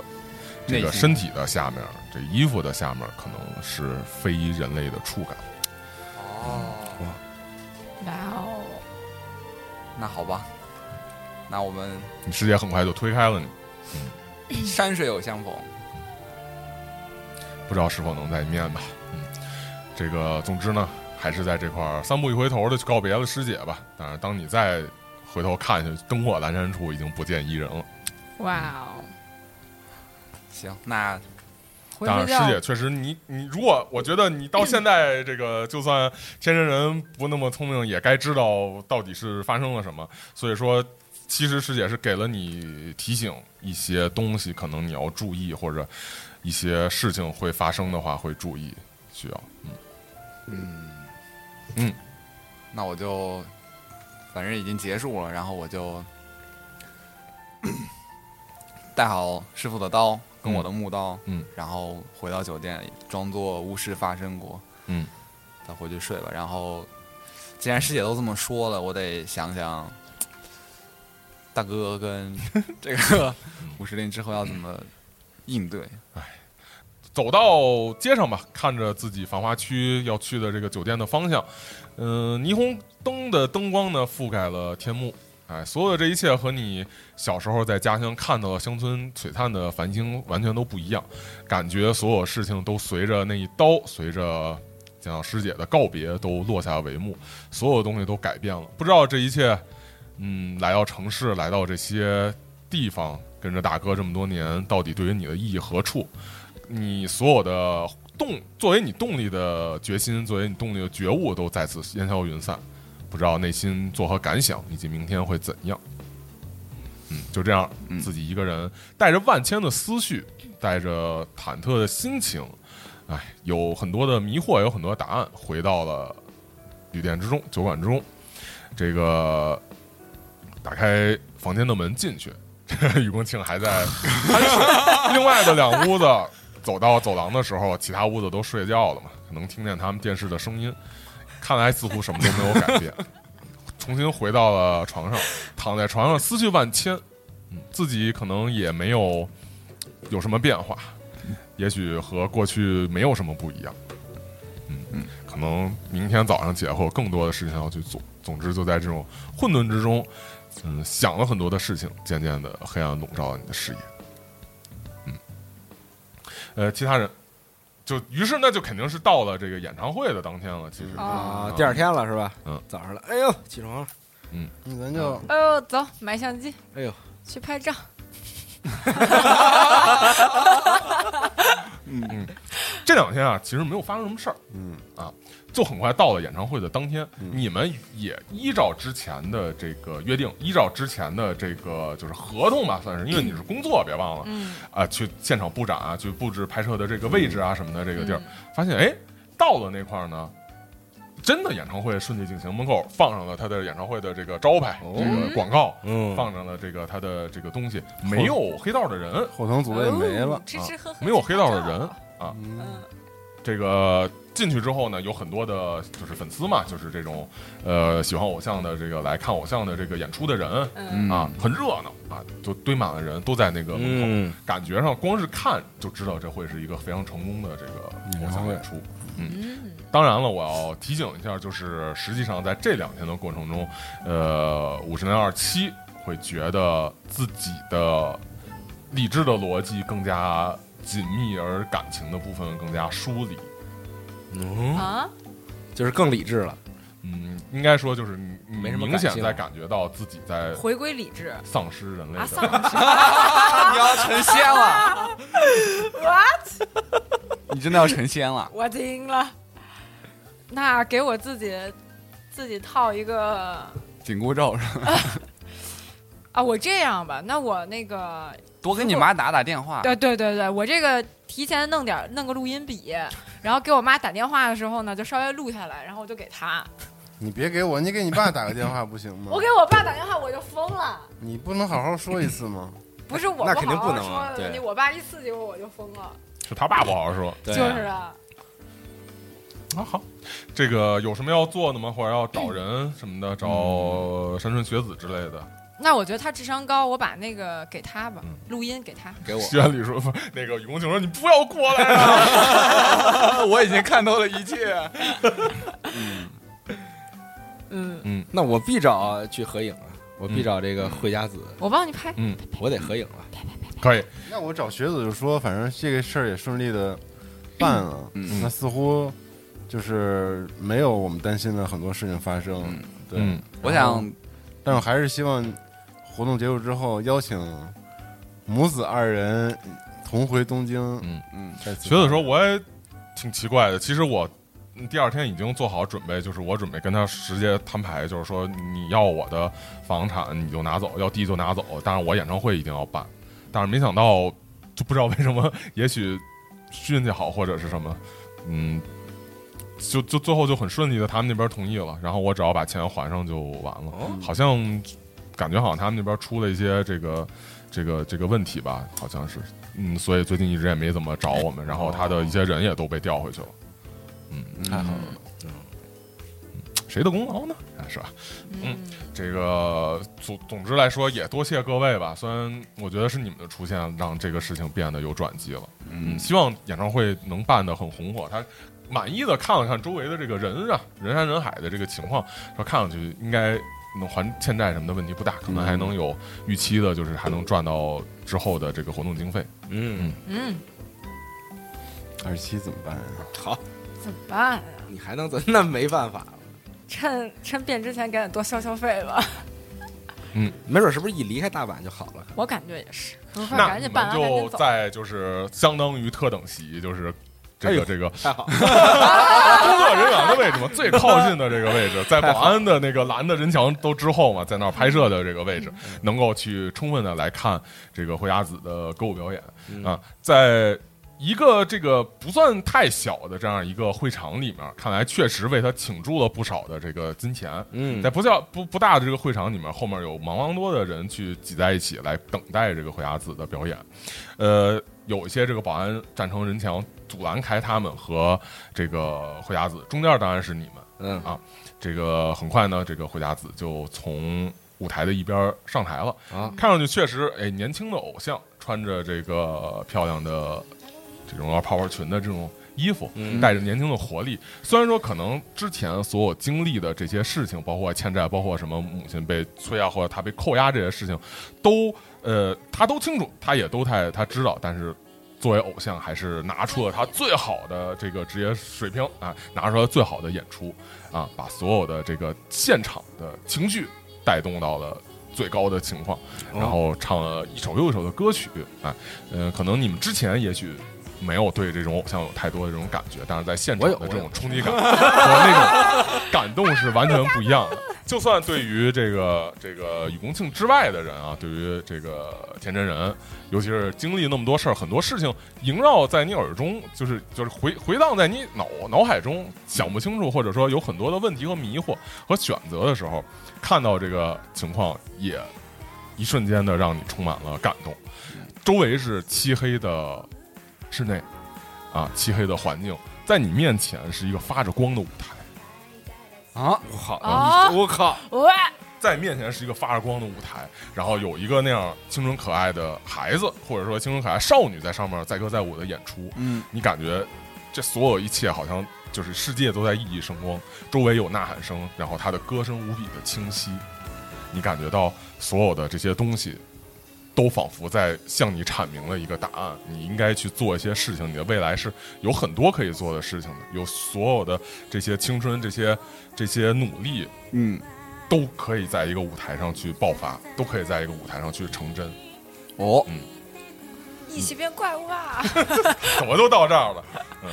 这内个心身体的下面，这衣服的下面，可能是非人类的触感。哦， 哇哦，那好吧，那我们你师姐很快就推开了你，山水有相逢。不知道是否能再面吧。嗯，这个总之呢，还是在这块儿三步一回头的去告别了师姐吧。但是当你再回头看去，灯火阑珊处已经不见一人了。哇哦，行，那回当睡然，觉师。姐确实你，你如果我觉得你到现在这个，就算天真人不那么聪明，也该知道到底是发生了什么。所以说，其实师姐是给了你提醒一些东西，可能你要注意，或者一些事情会发生的话会注意，需要。那我就反正已经结束了，然后我就 带好师傅的刀跟我的木刀，嗯，然后回到酒店，装作无事发生过，嗯，再回去睡吧。然后既然师姐都这么说了，我得想想，大哥跟这个五十铃之后要怎么应对。走到街上吧，看着自己繁华区要去的这个酒店的方向，嗯、霓虹灯的灯光呢覆盖了天幕，哎，所有的这一切和你小时候在家乡看到的乡村璀璨的繁星完全都不一样，感觉所有事情都随着那一刀，随着蒋小师姐的告别都落下帷幕，所有东西都改变了。不知呃道这一切，嗯，来到城市，来到这些地方，跟着大哥这么多年，到底对于你的意义何处？你所有的动，作为你动力的决心，作为你动力的觉悟，都再次烟消云散。不知道内心作何感想，以及明天会怎样。嗯，就这样，嗯自己一个人带着万千的思绪，带着忐忑的心情，哎，有很多的迷惑，有很多的答案，回到了旅店之中，酒馆之中。这个打开房间的门进去，这个雨公庆还在 酣睡。另外的两屋子走到走廊的时候，其他屋子都睡觉了嘛，可能听见他们电视的声音。看来似乎什么都没有改变， 重新回到了床上，躺在床上思绪万千，嗯，自己可能也没有有什么变化，也许和过去没有什么不一样，嗯嗯，可能明天早上起来会有更多的事情要去做。总之，就在这种混沌之中，嗯，想了很多的事情，渐渐的黑暗笼罩了你的视野，嗯，呃，其他人。就于是那就肯定是到了这个演唱会的当天了，其实哦啊，第二天了是吧？嗯，早上了，哎呦，起床了，那咱就哎呦，走，买相机哎呦，去拍照。这两天啊，其实没有发生什么事儿，嗯啊，就很快到了演唱会的当天，嗯你们也依照之前的这个约定，依照之前的这个就是合同吧，算是，因为你是工作，别忘了，嗯，啊，去现场布展啊，去布置拍摄的这个位置啊什么的这个地儿嗯，发现哎，到了那块儿呢，真的演唱会顺利进行，门口放上了他的演唱会的这个招牌，这个广告，嗯放上了这个他的这个东西，没有黑道的人，后藤组也没了哦，吃吃喝喝啊没有去黑拍道的照人啊，嗯这个进去之后呢，有很多的就是粉丝嘛，就是这种呃喜欢偶像的这个来看偶像的这个演出的人嗯，啊，很热闹啊，就堆满了人，都在那个门口，嗯感觉上光是看就知道这会是一个非常成功的这个偶像演出。嗯，当然了，我要提醒一下，就是实际上在这两天的过程中，呃，五十零二七会觉得自己的理智的逻辑更加紧密，而感情的部分更加疏离。嗯，啊，就是更理智了，嗯，应该说就是你你没什么明感显性在感觉到自己在回归 理智丧失人类啊，的， 丧尸你要成仙了 ，what？ 你真的要成仙了。 我听了，那给我自己自己套一个紧箍咒是吧？啊，我这样吧，那我那个，多跟你妈打打电啊话。 对对对对，我这个提前弄点儿弄个录音笔，然后给我妈打电话的时候呢，就稍微录下来，然后我就给她。你别给我，你给你爸打个电话不嗯行吗？我给我爸打电话，我就疯了。你不能好好说一次吗？不是我那不肯定好好不能啊说的问题，对我爸一刺激我，我就疯了，是他爸不好好说对就是啊，啊。好，这个有什么要做的吗？或者要找人什么的，找山村学子之类的。那我觉得他智商高，我把那个给他吧，嗯录音给他。给我， 徐安礼说， 不那个雨公庆说你不要过来啊！啊我已经看透了一切。嗯，那我必找去合影了，我必找这个惠家子，我帮你拍。嗯，我得合影了， 可以，那我找学子就说，反正这个事儿也顺利的办了，嗯那似乎就是没有我们担心的很多事情发生。嗯对，嗯我然后想，但我还是希望活动结束之后邀请母子二人同回东京。嗯嗯，再次学子说我也挺奇怪的，其实我。嗯第二天已经做好准备，就是我准备跟他直接摊牌，就是说你要我的房产你就拿走，要地就拿走，但是我演唱会一定要办。但是没想到，就不知道为什么，也许运气好或者是什么，嗯，就就最后就很顺利的，他们那边同意了，然后我只要把钱还上就完了。好像感觉好像他们那边出了一些这个这个这个问题吧，好像是，嗯，所以最近一直也没怎么找我们，然嗯嗯后他的一些人也都被调回去了。太好了，谁的功劳呢？啊，是吧？嗯，这个总总之来说也多谢各位吧。虽然我觉得是你们的出现让这个事情变得有转机了，嗯，希望演唱会能办得很红火。他满意的看了看周围的这个人啊，人山人海的这个情况，说看上去应该能还欠债什么的问题不大，可能还能有预期的，就是还能赚到之后的这个活动经费。嗯，嗯，二七怎么 办啊？嗯好，怎么办呀？你还能怎？那没办法了，趁趁变之前赶紧多消消费吧。 没准是不是一离开大阪就好了？我感觉也是，很快那赶你紧办们完赶就紧走。在就是相当于特等席，就是这哎个呦这个太好 了，工作人员的位置嘛，最靠近的这个位置，在保安的那个拦的人墙都之后嘛，在那儿拍摄的这个位嗯置，能够去充分的来看这个惠雅子的歌舞表演嗯啊，在。一个这个不算太小的这样一个会场里面，看来确实为他倾注了不少的这个金钱。嗯在不叫不不大的这个会场里面，后面有茫茫多的人去挤在一起来等待这个惠雅子的表演。呃，有一些这个保安站成人墙阻拦开他们和这个惠雅子，中间当然是你们。啊嗯这个很快呢，这个惠雅子就从舞台的一边上台了，啊，看上去确实，哎，年轻的偶像，穿着这个漂亮的这种泡泡裙的这种衣服，嗯带着年轻的活力。虽然说可能之前所有经历的这些事情，包括欠债，包括什么母亲被催啊，或者他被扣押这些事情，都呃他都清楚，他也都太他知道，但是。作为偶像，还是拿出了他最好的这个职业水平啊，拿出了最好的演出啊，把所有的这个现场的情绪带动到了最高的情况。哦然后唱了一首又一首的歌曲，哎，呃，可能你们之前也许没有对这种偶像有太多的这种感觉，但是在现场我有的这种我冲有击感和那种感动是完全不一样的。就算对于这个这个雨宫庆之外的人啊，对于这个田真人，尤其是经历那么多事儿，很多事情萦绕在你耳中，就是就是回回荡在你脑脑海中，想不清楚，或者说有很多的问题和迷惑和选择的时候，看到这个情况也一瞬间的让你充满了感动。周围是漆黑的室内，啊，漆黑的环境，在你面前是一个发着光的舞台，啊，好啊我靠，喂，在面前是一个发着光的舞台，然后有一个那样青春可爱的孩子，或者说青春可爱少女在上面载歌载舞的演出，嗯，你感觉这所有一切好像就是世界都在熠熠生光，周围有呐喊声，然后他的歌声无比的清晰，你感觉到所有的这些东西。都仿佛在向你阐明了一个答案，你应该去做一些事情，你的未来是有很多可以做的事情的，有所有的这些青春、这些这些努力，嗯，都可以在一个舞台上去爆发，都可以在一个舞台上去成真，哦，一起变怪物啊！怎么都到这儿了？嗯，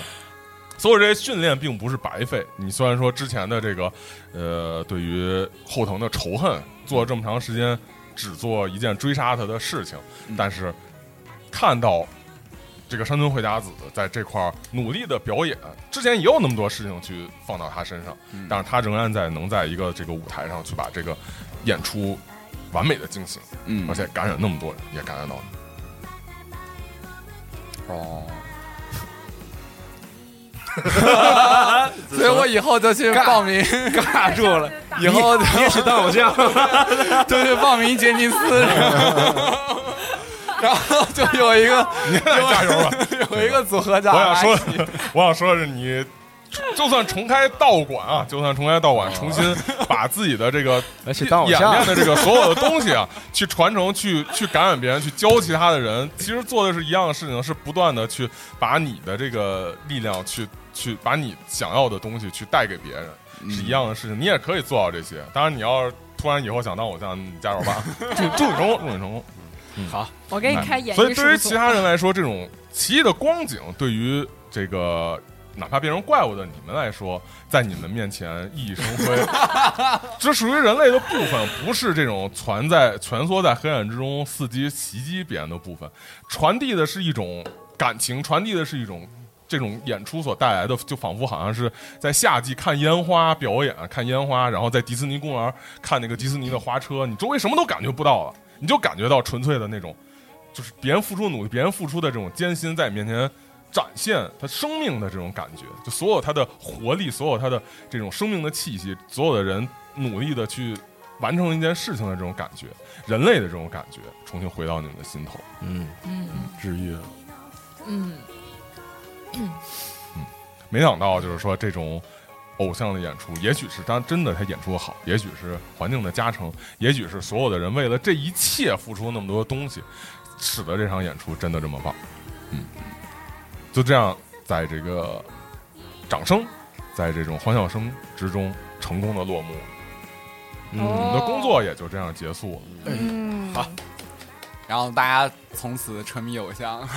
所有这些训练并不是白费。你虽然说之前的这个，呃，对于后藤的仇恨，做了这么长时间只做一件追杀他的事情，但是看到这个山村惠佳子在这块儿努力的表演，之前也有那么多事情去放到他身上，但是他仍然在能在一个这个舞台上去把这个演出完美的进行，嗯哦而且感染那么多人，也感染到你。哦， 所以我以后就去报 名，尬住了，以后就你也是当偶像， 就去报名杰尼斯，然后就有一个 加油吧！有一个组合叫我想阿说，我想说的是你，就算重开道馆啊，就算重开道馆，重新把自己的这 个而且当偶演像练的这个所有的东西啊，去传承、去去感染别人、去教其他的人，其实做的是一样的事情，是不断的去把你的这个力量去去把你想要的东西去带给别人，是一样的事情。你也可以做到这些，当然你要是突然以后想当偶像，你加油吧， 祝祝你成功，祝你成功。我给你开演所以艺对于术其所，他人来说，这种奇异的光景，对于这个哪怕变成怪物的你们来说，在你们面前熠熠生 辉，这属于人类的部分，不是这种传在蜷缩在黑暗之中伺机袭击别人的部分，传递的是一种感情，传递的是一种。这种演出所带来的，就仿佛好像是在夏季看烟花表演，看烟花，然后在迪士尼公园看那个迪士尼的花车，你周围什么都感觉不到了，你就感觉到纯粹的那种就是别人付出的努力，别人付出的这种艰辛，在你面前展现他生命的这种感觉，就所有他的活力，所有他的这种生命的气息，所有的人努力的去完成一件事情的这种感觉，人类的这种感觉，重新回到你们的心头。嗯，治愈了。嗯，没想到就是说这种偶像的演出，也许是他真的他演出好，也许是环境的加成，也许是所有的人为了这一切付出那么多东西，使得这场演出真的这么棒。嗯，就这样，在这个掌声，在这种欢笑声之中，成功的落幕。嗯，哦我们的工作也就这样结束了。哎嗯，好然后大家从此沉迷偶像，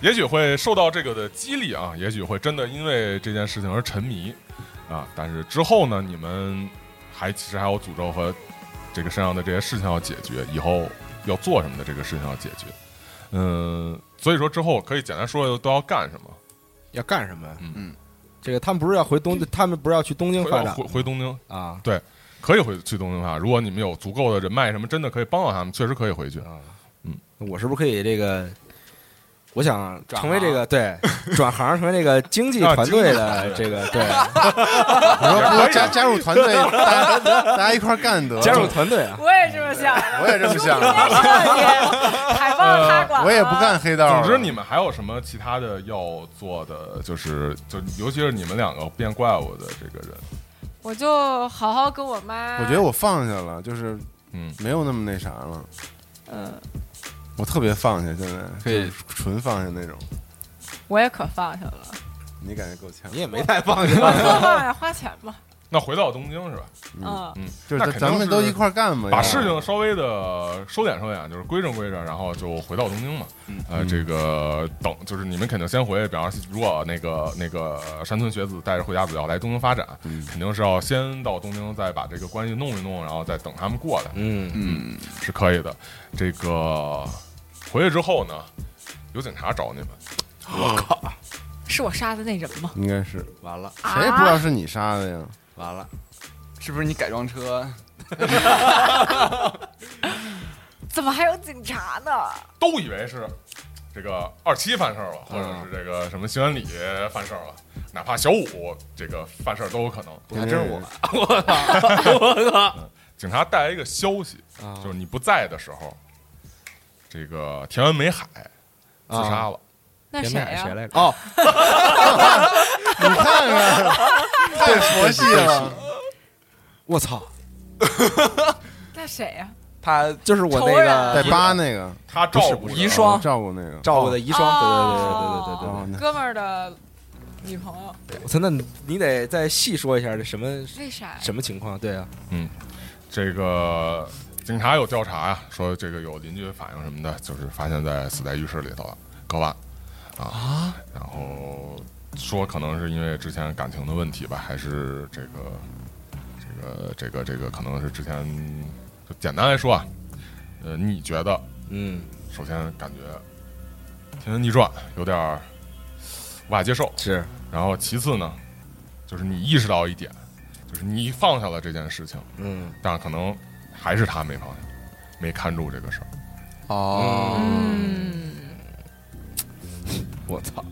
也许会受到这个的激励啊，也许会真的因为这件事情而沉迷啊。但是之后呢，你们还其实还有诅咒和这个身上的这些事情要解决，以后要做什么的这个事情要解决。嗯，所以说之后可以简单说都要干什么。 要干什么？嗯，这个他们不是要回东，他们不是要去东京发回展回回东京啊？可以回去东京啊，如果你们有足够的人脉什么，真的可以帮到他们，确实可以回去。啊我是不是可以这个？我想转行成为这个对转行成为这个哦经济团队的这个对我说啊不如加加入团队，大家大 家一块儿干得了。加入团队啊，我也这么想的。我也这么想说不定是你海报他呃管了我也不干黑道。总之，你们还有什么其他的要做的？就是就尤其是你们两个变怪物的这个人，我就好好跟我妈。我觉得我放下了，就是嗯，没有那么那啥了。嗯，我特别放下，现在可以就是纯放下那种。我也可放下了，你感觉够呛你，也没太放下。多放下花钱嘛。那回到东京是吧？嗯，就那是咱肯定咱们都是一块儿干嘛，把要不事情稍微的收敛收敛，就是规整规整，然后就回到东京嘛。嗯呃，这个等就是你们肯定先回，比方说如果那个那个山村学子带着惠家子要来东京发展，嗯肯定是要先到东京，再把这个关系弄一弄，然后再等他们过来嗯，嗯，是可以的。这个回去之后呢，有警察找你们，是我杀的那人吗？应该是完了谁也不知道是你杀的呀？完了，是不是你改装车？怎么还有警察呢？都以为是这个二七犯事儿了，或者嗯是这个什么邢元礼犯事儿了，哪怕小五这个犯事儿都有可能。还真是我警察带来一个消息，啊就是你不在的时候，这个田园美海自啊杀了。那谁啊呀、谁来着？哦，你看看，太佛系了。我操，那谁呀、他就是我那仇人啊带个扒那个哦他照不顾是着遗孀双照顾那个，照顾的遗哦孀，对对对对对对对哦对。哦哥们儿的女朋友？我操，那你得再细说一下这什么为啥呀？什么情况？对啊，这个警察有调查呀、啊说这个有邻居反映什么的，就是发现在死在浴室里头了，割腕啊，然后说可能是因为之前感情的问题吧，还是这个这个这个这个可能是之前，就简单来说啊，呃，你觉得嗯，首先感觉天旋地转，有点儿无法接受。是然后其次呢，就是你意识到一点，就是你放下了这件事情， 嗯但可能还是他没放下，没看住这个事儿。哦，嗯，我操，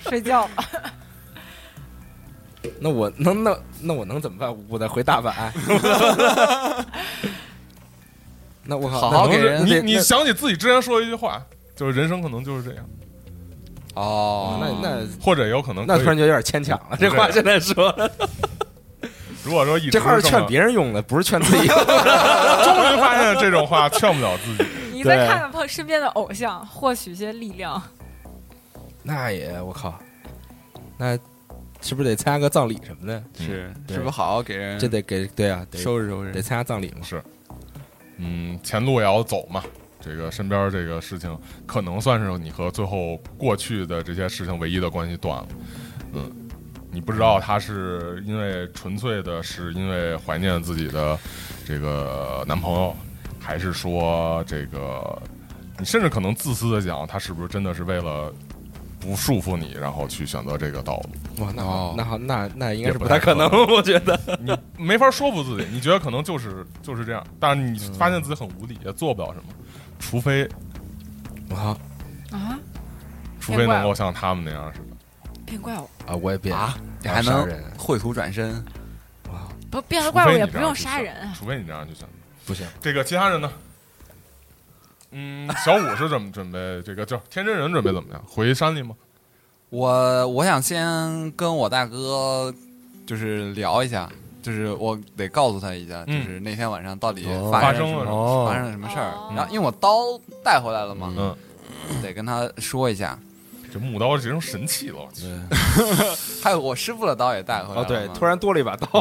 睡觉吧。那我能那那我能怎么办？我得回大 阪。 那我靠，好好那能给人那你你想起自己之前说的一句话，就是人生可能就是这样，哦，那那或者有可能那可以突然就有点牵强了。这话现在说，如果说一直这话是这劝么，别人用的，不是劝自己。 终于发现这种话劝不了自己。你再对看看碰身边的偶像，获取些力量。那也我靠，那是不是得参加个葬礼什么的？是嗯对是不是好好给人这得给对啊，得嗯收拾收得拾？参加葬礼嘛。嗯，前路也要走嘛。这个身边这个事情，可能算是你和最后过去的这些事情唯一的关系断了。嗯，你不知道他是因为纯粹的是因为怀念自己的这个男朋友，还是说这个你甚至可能自私的讲，他是不是真的是为了不束缚你，然后去选择这个道路？哇，那哦好，那好，那那应该也是不不太太可可能，我觉得。你没法说服自己，你觉得可能就是就是这样，但是你发现自己很无力，也做不了什么，除非我靠，啊，除非能够像他们那样似的。变怪物啊，我也变啊，你然还后杀能人绘图转身？不变了除怪物非也你这不样用就杀行人啊，除非你这样就行。不行，这个其他人呢？嗯，小五是怎么 准备？这个叫天真人准备怎么样？回山里吗？我我想先跟我大哥就是聊一下，就是我得告诉他一下，就嗯是那天晚上到底哦发发生生什了么哦发生了什么事儿哦。然后因为我刀带回来了嘛，嗯，得跟他说一下。这木刀这成神器了，我去还有我师傅的刀也带回来了哦嘛。对，突然多了一 把刀，对，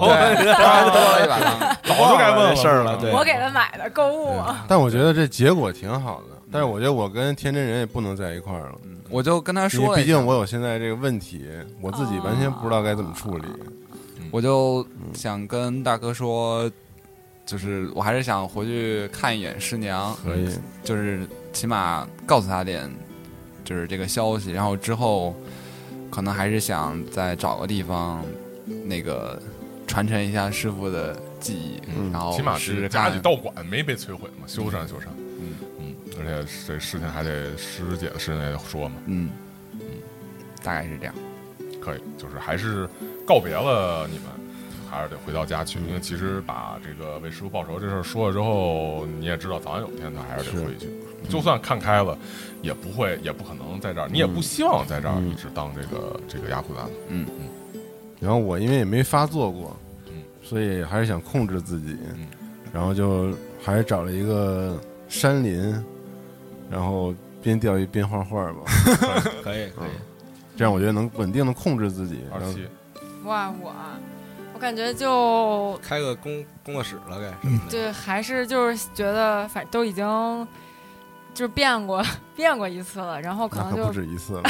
突然多了一把刀。早就该问了这事儿了对我给他买的购物啊，但我觉得这结果挺好的，嗯但是我觉得我跟天真人也不能在一块儿了，我就跟他因说为了毕一下，哦竟我有现在这个问题，我自己完全不知道该怎么处理。嗯我就想跟大哥说，就是我还是想回去看一眼师娘，可以，就是起码告诉他点，就是这个消息，然后之后可能还是想再找个地方，那个传承一下师傅的技艺，嗯然哦后起码试试是看家里道馆没被摧毁嘛，修缮修缮。嗯嗯，而且这事情还得师姐的事情也得说嘛，嗯，大概是这样。可以，就是还是告别了你们，还是得回到家去，因为其实把这个为师傅报仇这事儿说了之后，你也知道，早晚有一天他还是得回去，就算看开了，也不会，也不可能在这儿，你也不希望在这儿一直当这个这个雅库达。然后我因为也没发作过嗯，所以还是想控制自己嗯，然后就还是找了一个山林，然后边钓鱼边画画吧，可以可以，这样我觉得能稳定的控制自己。二然后七， 哇，我啊我感觉就开个工工作室了该。嗯对，还是就是觉得反正都已经就是变过 变过一次了，然后可那能可不就止一次了，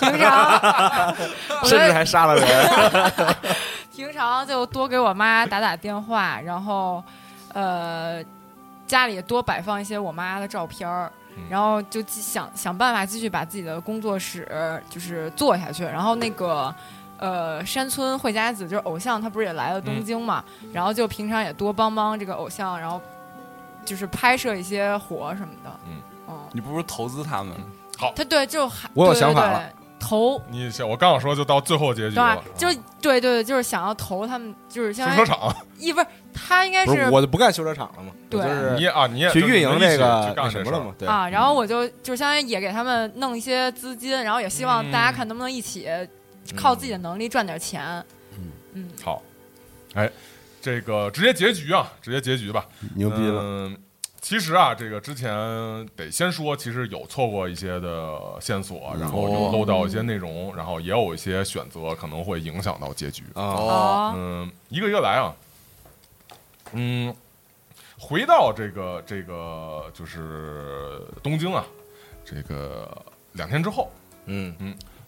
平 常，我甚觉至得还杀了人， 平常就多给我妈打打电话，然后呃家里多摆放一些我妈的照片儿嗯。然后就继想想办法继续把自己的工作室就是做下去。然后那个，呃，山村惠佳子就是偶像，他不是也来了东嗯京嘛？然后就平常也多帮帮这个偶像，然后就是拍摄一些活什么的。嗯你不如投资他们，他对就还我有对对想法对了投。你想我刚想说就到最后结局对吧了，？就是对对对，就是想要投他们，就是相停当车于场，一不是他应该不是是我就不干修车厂了嘛，我对就是你也啊，你也去运营这这个去那干什这么事儿了嘛，对啊，然后我就就相当于也给他们弄一些资金，然后也希望大家看能不能一起靠自己的能力赚点钱。嗯好，哎，这个直接结局啊，直接结局吧。牛逼了！嗯，其实啊，这个之前得先说，其实有错过一些的线哦索，然后有漏掉一些内容，然后也有一些选择可能会影响到结局。啊，哦，嗯，一个一个来啊。嗯，回到这个这个就是东京啊，这个两天之后，嗯，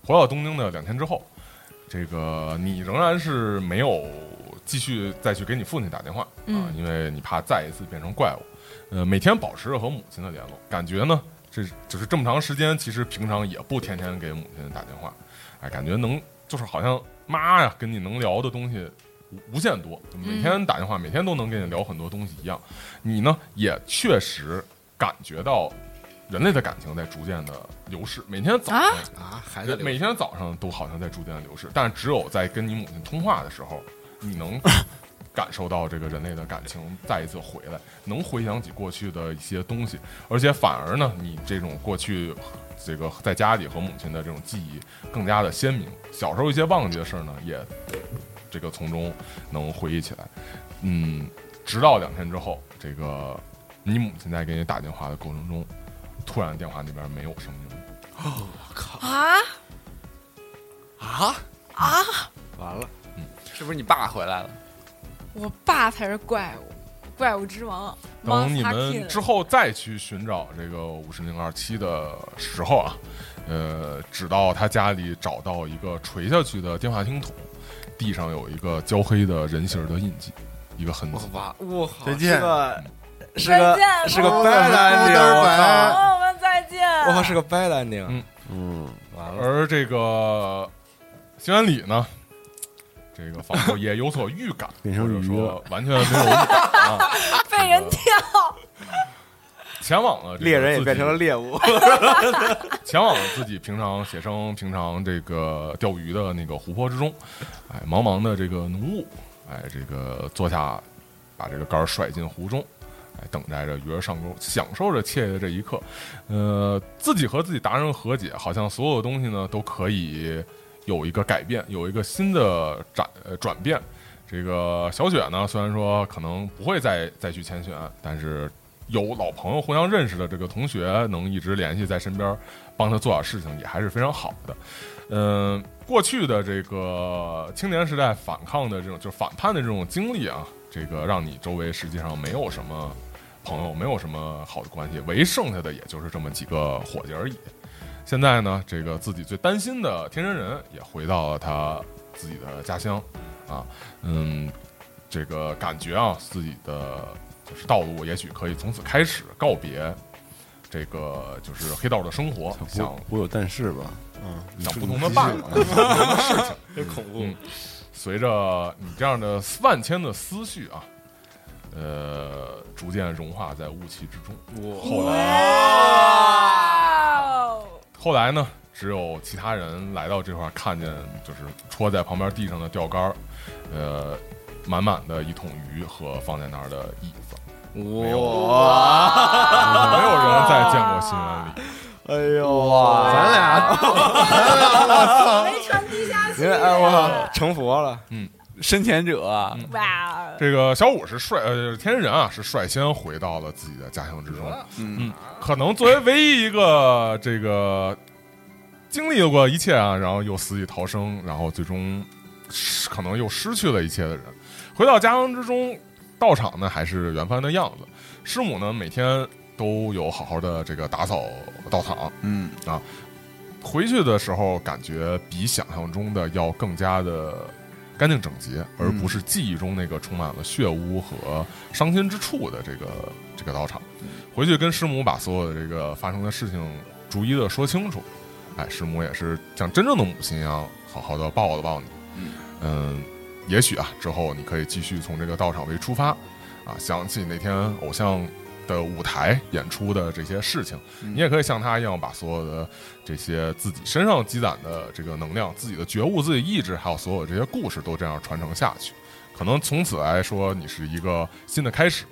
回到东京的两天之后，这个你仍然是没有继续再去给你父亲打电话、啊，嗯因为你怕再一次变成怪物。呃，每天保持着和母亲的联络，感觉呢，这就是这么长时间，其实平常也不天天给母亲打电话，哎，感觉能就是好像妈呀，跟你能聊的东西无无限多，每嗯天打电话，每天都能跟你聊很多东西一样。你呢，也确实感觉到人类的感情在逐渐的流逝，每天早上。啊啊，孩子人每天早上都好像在逐渐地流逝，但是只有在跟你母亲通话的时候，你能 感受到这个人类的感情再一次回来，能回想起过去的一些东西，而且反而呢，你这种过去这个在家里和母亲的这种记忆更加的鲜明，小时候一些忘记的事儿呢，也这个从中能回忆起来。嗯，直到两天之后，这个你母亲在给你打电话的过程中，突然电话那边没有声音了。啊，啊，完了，是不是你爸回来了？我爸才是怪物，怪物之王。等你 Monster 们 King 之后再去寻找这个五十零二七的时候啊，呃，直到他家里找到一个垂下去的电话听筒，地上有一个焦黑的人形的印记，一个痕迹。爸，我靠，再见是个是再见个是个哦嗯 哦 bad ending，我朋靠拜友们再见。我靠是个 bad ending，嗯嗯，完了，而这个邢安礼呢，这个仿佛也有所预感，变成或者鱼说完全没有预感啊，被人跳，前往了这个猎人也自己变成了猎物。 前往了自己平常写生、平常这个钓鱼的那个湖泊之中，哎，茫茫的这个浓雾，哎，这个坐下，把这个杆儿甩进湖中，哎，等待着鱼儿上钩，享受着惬意的这一刻。呃，自己和自己达成和解，好像所有的东西呢都可以有一个改变，有一个新的转呃转变。这个小雪呢，虽然说可能不会再再去潜选，但是有老朋友互相认识的这个同学能一直联系在身边，帮他做点事情也还是非常好的。嗯，过去的这个青年时代反抗的这种就是反叛的这种经历啊，这个让你周围实际上没有什么朋友，没有什么好的关系，唯剩下的也就是这么几个伙计而已。现在呢，这个自己最担心的天真人也回到了他自己的家乡，啊，嗯，这个感觉啊，自己的就是道路也许可以从此开始告别这个就是黑道的生活，想我我有但是吧，想不同的办法。 真恐怖嗯随着你这样的万千的思绪啊，呃，逐渐融化在雾气之中。后来，哇！后来呢？只有其他人来到这块儿，看见就是戳在旁边地上的钓竿儿，呃，满满的一桶鱼和放在那儿的椅子，哇！没有人再见过新闻里。哎呦哇！咱俩没传递下去。你哎我操，成佛了！深潜者啊， 哇！哦这个小五是率呃天人啊，是率先回到了自己的家乡之中。嗯，可能作为唯一一个这个经历过一切啊，然后又死里逃生，然后最终失可能又失去了一切的人，回到家乡之中，道场呢还是原翻的样子。师母呢每天都有好好的这个打扫道场，嗯，回去的时候感觉比想象中的要更加的干净整洁，而不是记忆中那个充满了血污和伤心之处的这个这个道场。回去跟师母把所有的这个发生的事情逐一的说清楚。哎，师母也是像真正的母亲一样，好好的抱了抱你。嗯，也许啊，之后你可以继续从这个道场为出发，啊，想起那天偶像的舞台演出的这些事情，你也可以像他一样，把所有的这些自己身上积攒的这个能量、自己的觉悟、自己意志，还有所有这些故事，都这样传承下去。可能从此来说，你是一个新的开始。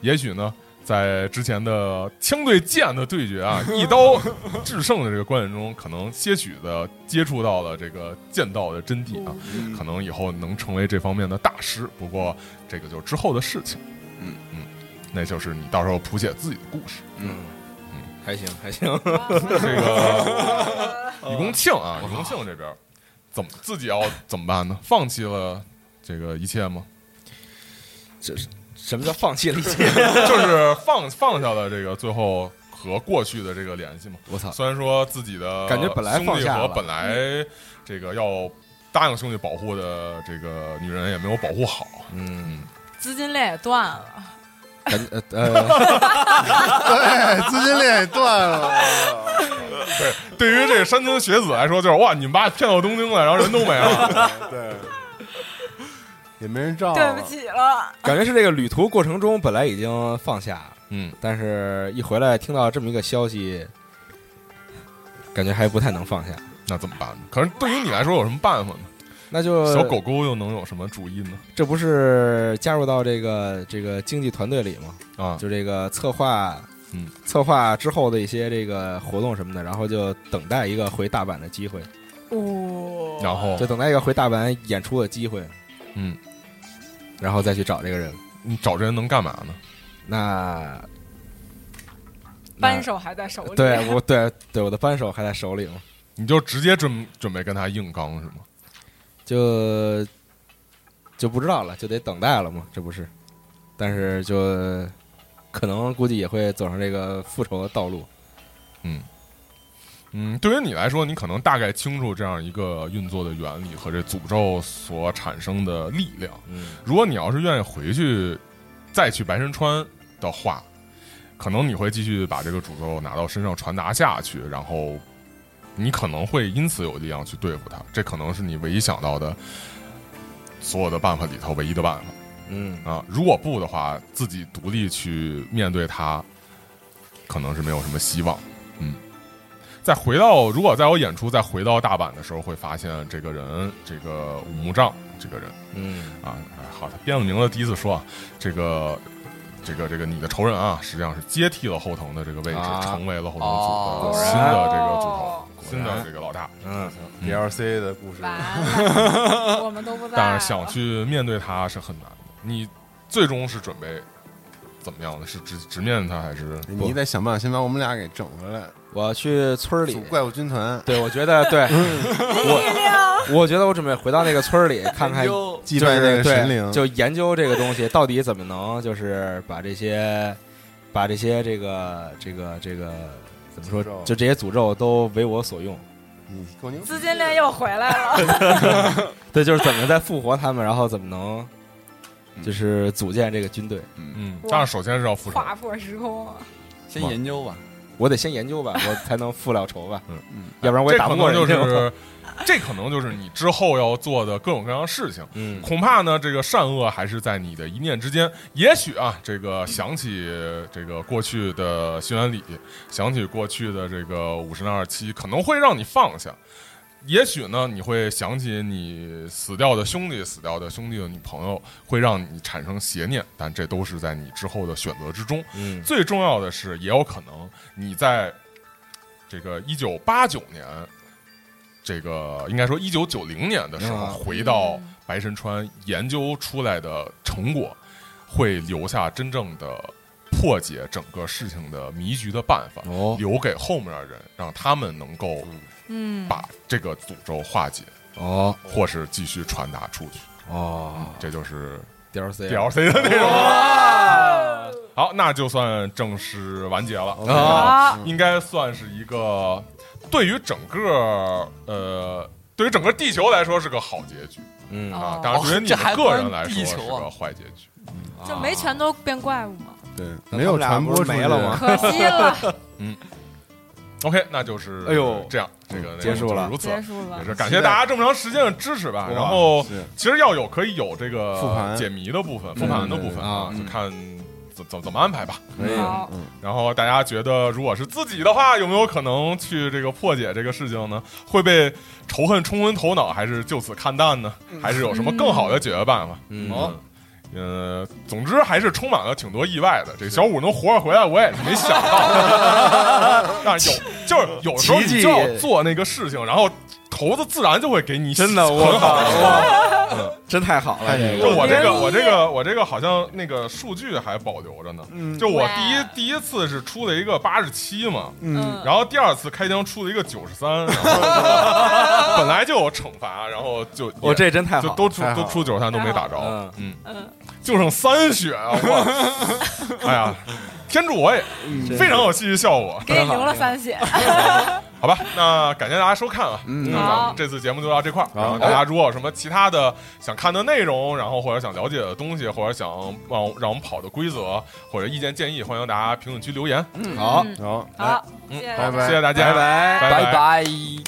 也许呢，在之前的枪对剑的对决啊，一刀制胜的这个观点中，可能些许的接触到了这个剑道的真谛啊，嗯可能以后能成为这方面的大师。不过这个就是之后的事情。嗯嗯，那就是你到时候谱写自己的故 事。还行还行，哦 这个李公庆 啊，李公庆这边儿怎么自己要怎么办呢？放弃了这个一切 吗？ 什么叫放弃了一切？就是放放下了这个最后和过去的这个联系吗？我操！虽然说自己的感觉本来兄放弟下和了本来这个要答应兄弟保护的这个女人也没有保护好，嗯，资金链也断了，感觉呃，对，哎资金链也断 了， 对于这个山村学子来说，就是哇，你们把我骗到东京来，然后人都没 了。对，也没人照对了，不起了。感觉是这个旅途过程中本来已经放下了，嗯，但是一回来听到这么一个消息，感觉还不太能放下。那怎么办呢？可是对于你来说有什么办法呢？那就小狗狗又能有什么主意呢？这不是加入到这个这个经济团队里吗？啊，就这个策划，嗯，策划之后的一些这个活动什么的，然后就等待一个回大阪的机会，哦，然后就等待一个回大阪演出的机会，嗯，然后再去找这个人。你找这人能干嘛呢？那扳手还在手里。对我对对我的扳手还在手里嘛，你就直接准准备跟他硬刚是吗？就就不知道了，就得等待了嘛，这不是？但是就可能估计也会走上这个复仇的道路。嗯，对于你来说，你可能大概清楚这样一个运作的原理和这诅咒所产生的力量。嗯，如果你要是愿意回去再去白神川的话，可能你会继续把这个诅咒拿到身上传达下去，然后你可能会因此有力量去对付它。这可能是你唯一想到的所有的办法里头唯一的办法。嗯，啊，如果不的话，自己独立去面对它，可能是没有什么希望。嗯，再回到如果在我演出再回到大阪的时候，会发现这个人，这个五木杖这个人嗯，啊，哎好，他编了名字第一次说啊，这个。这个这个，你的仇人啊，实际上是接替了后藤的这个位置，啊成为了后藤哦组的果新然的这个组头，哦新的这个老大。嗯， DLC 的故事，完了，我们都不在了。但是想去面对他是很难的。你最终是准备怎么样的？是直直面他，还是你得想办法先把我们俩给整回来，我去村儿里组，怪物军团，对我觉得对，哎我我觉得我准备回到那个村儿里看看，就击就败是那个对神灵，就研究这个东西到底怎么能就是把这些把这些这个这个这个怎么说诅咒，就这些诅咒都为我所用。你够牛，资金链又回来 了， 对，就是怎么再复活他们，然后怎么能就是组建这个军队。嗯？但是首先是要复仇。哎划破时空啊。先研究吧。我得先研究吧，我才能复了仇吧。嗯嗯， 要不然我这也打可不过能人就 家。是，这可能就是你之后要做的各种各样的事情。嗯，恐怕呢，这个善恶还是在你的一念之间。也许啊，这个想起这个过去的新原里，想起过去的这个五十那二七，可能会让你放下。也许呢，你会想起你死掉的兄弟、死掉的兄弟的女朋友，会让你产生邪念，但这都是在你之后的选择之中。嗯最重要的是，也有可能你在这个一九八九年，这个应该说一九九零年的时候，嗯回到白神川研究出来的成果，会留下真正的破解整个事情的迷局的办法，哦留给后面的人，让他们能够嗯，把这个诅咒化解，哦或是继续传达出去。哦这就是，DLC DLC 的内容。哦好，那就算正式完结了啊好，应该算是一个对于整个呃，对于整个地球来说是个好结局嗯哦啊，当然对于你这们还个人关来说地是球啊个坏结局。就没全都变怪物吗？对，那没有他传们俩播不是出去没了吗可惜 了， OK，那就是哎呦这样，这个内容结束了就是如此。结束了也。是感谢大家这么长时间的支持吧，哇然后是其实要有可以有这个复盘解谜的部分、复盘的部分啊，嗯就看怎怎怎么安排吧。可以，啊好嗯，然后大家觉得，如果是自己的话，有没有可能去这个破解这个事情呢？会被仇恨冲昏头脑，还是就此看淡呢？还是有什么更好的解决办法？嗯哦，呃，总之还是充满了挺多意外的。这小五能活着回来，我也是没想到。但是有，就是有时候奇迹你就要做那个事情，然后头子自然就会给你真的，我很好的真太好了太牛这了个就我这个，我我这个，我这个好像那个数据还保留着呢。就我第一哇第一次是出了一个八十七嘛，嗯然后第二次开枪出了一个九十三，然后本来就有惩罚，然后就也我这真太好就了，都出太好都出九十三都没打着太好了，嗯，嗯，就剩三血啊！我 哎呀，天助我也，嗯非常有戏剧效果。给你留了三血，嗯好吧，那感谢大家收看啊，嗯那咱们这次节目就到这块儿。然后大家如果有什么其他的想看的内容，然后或者想了解的东西，或者想让让我们跑的规则或者意见建议，欢迎大家评论区留言。好，好，嗯好，谢谢嗯大家拜拜谢谢大家，拜拜拜拜拜。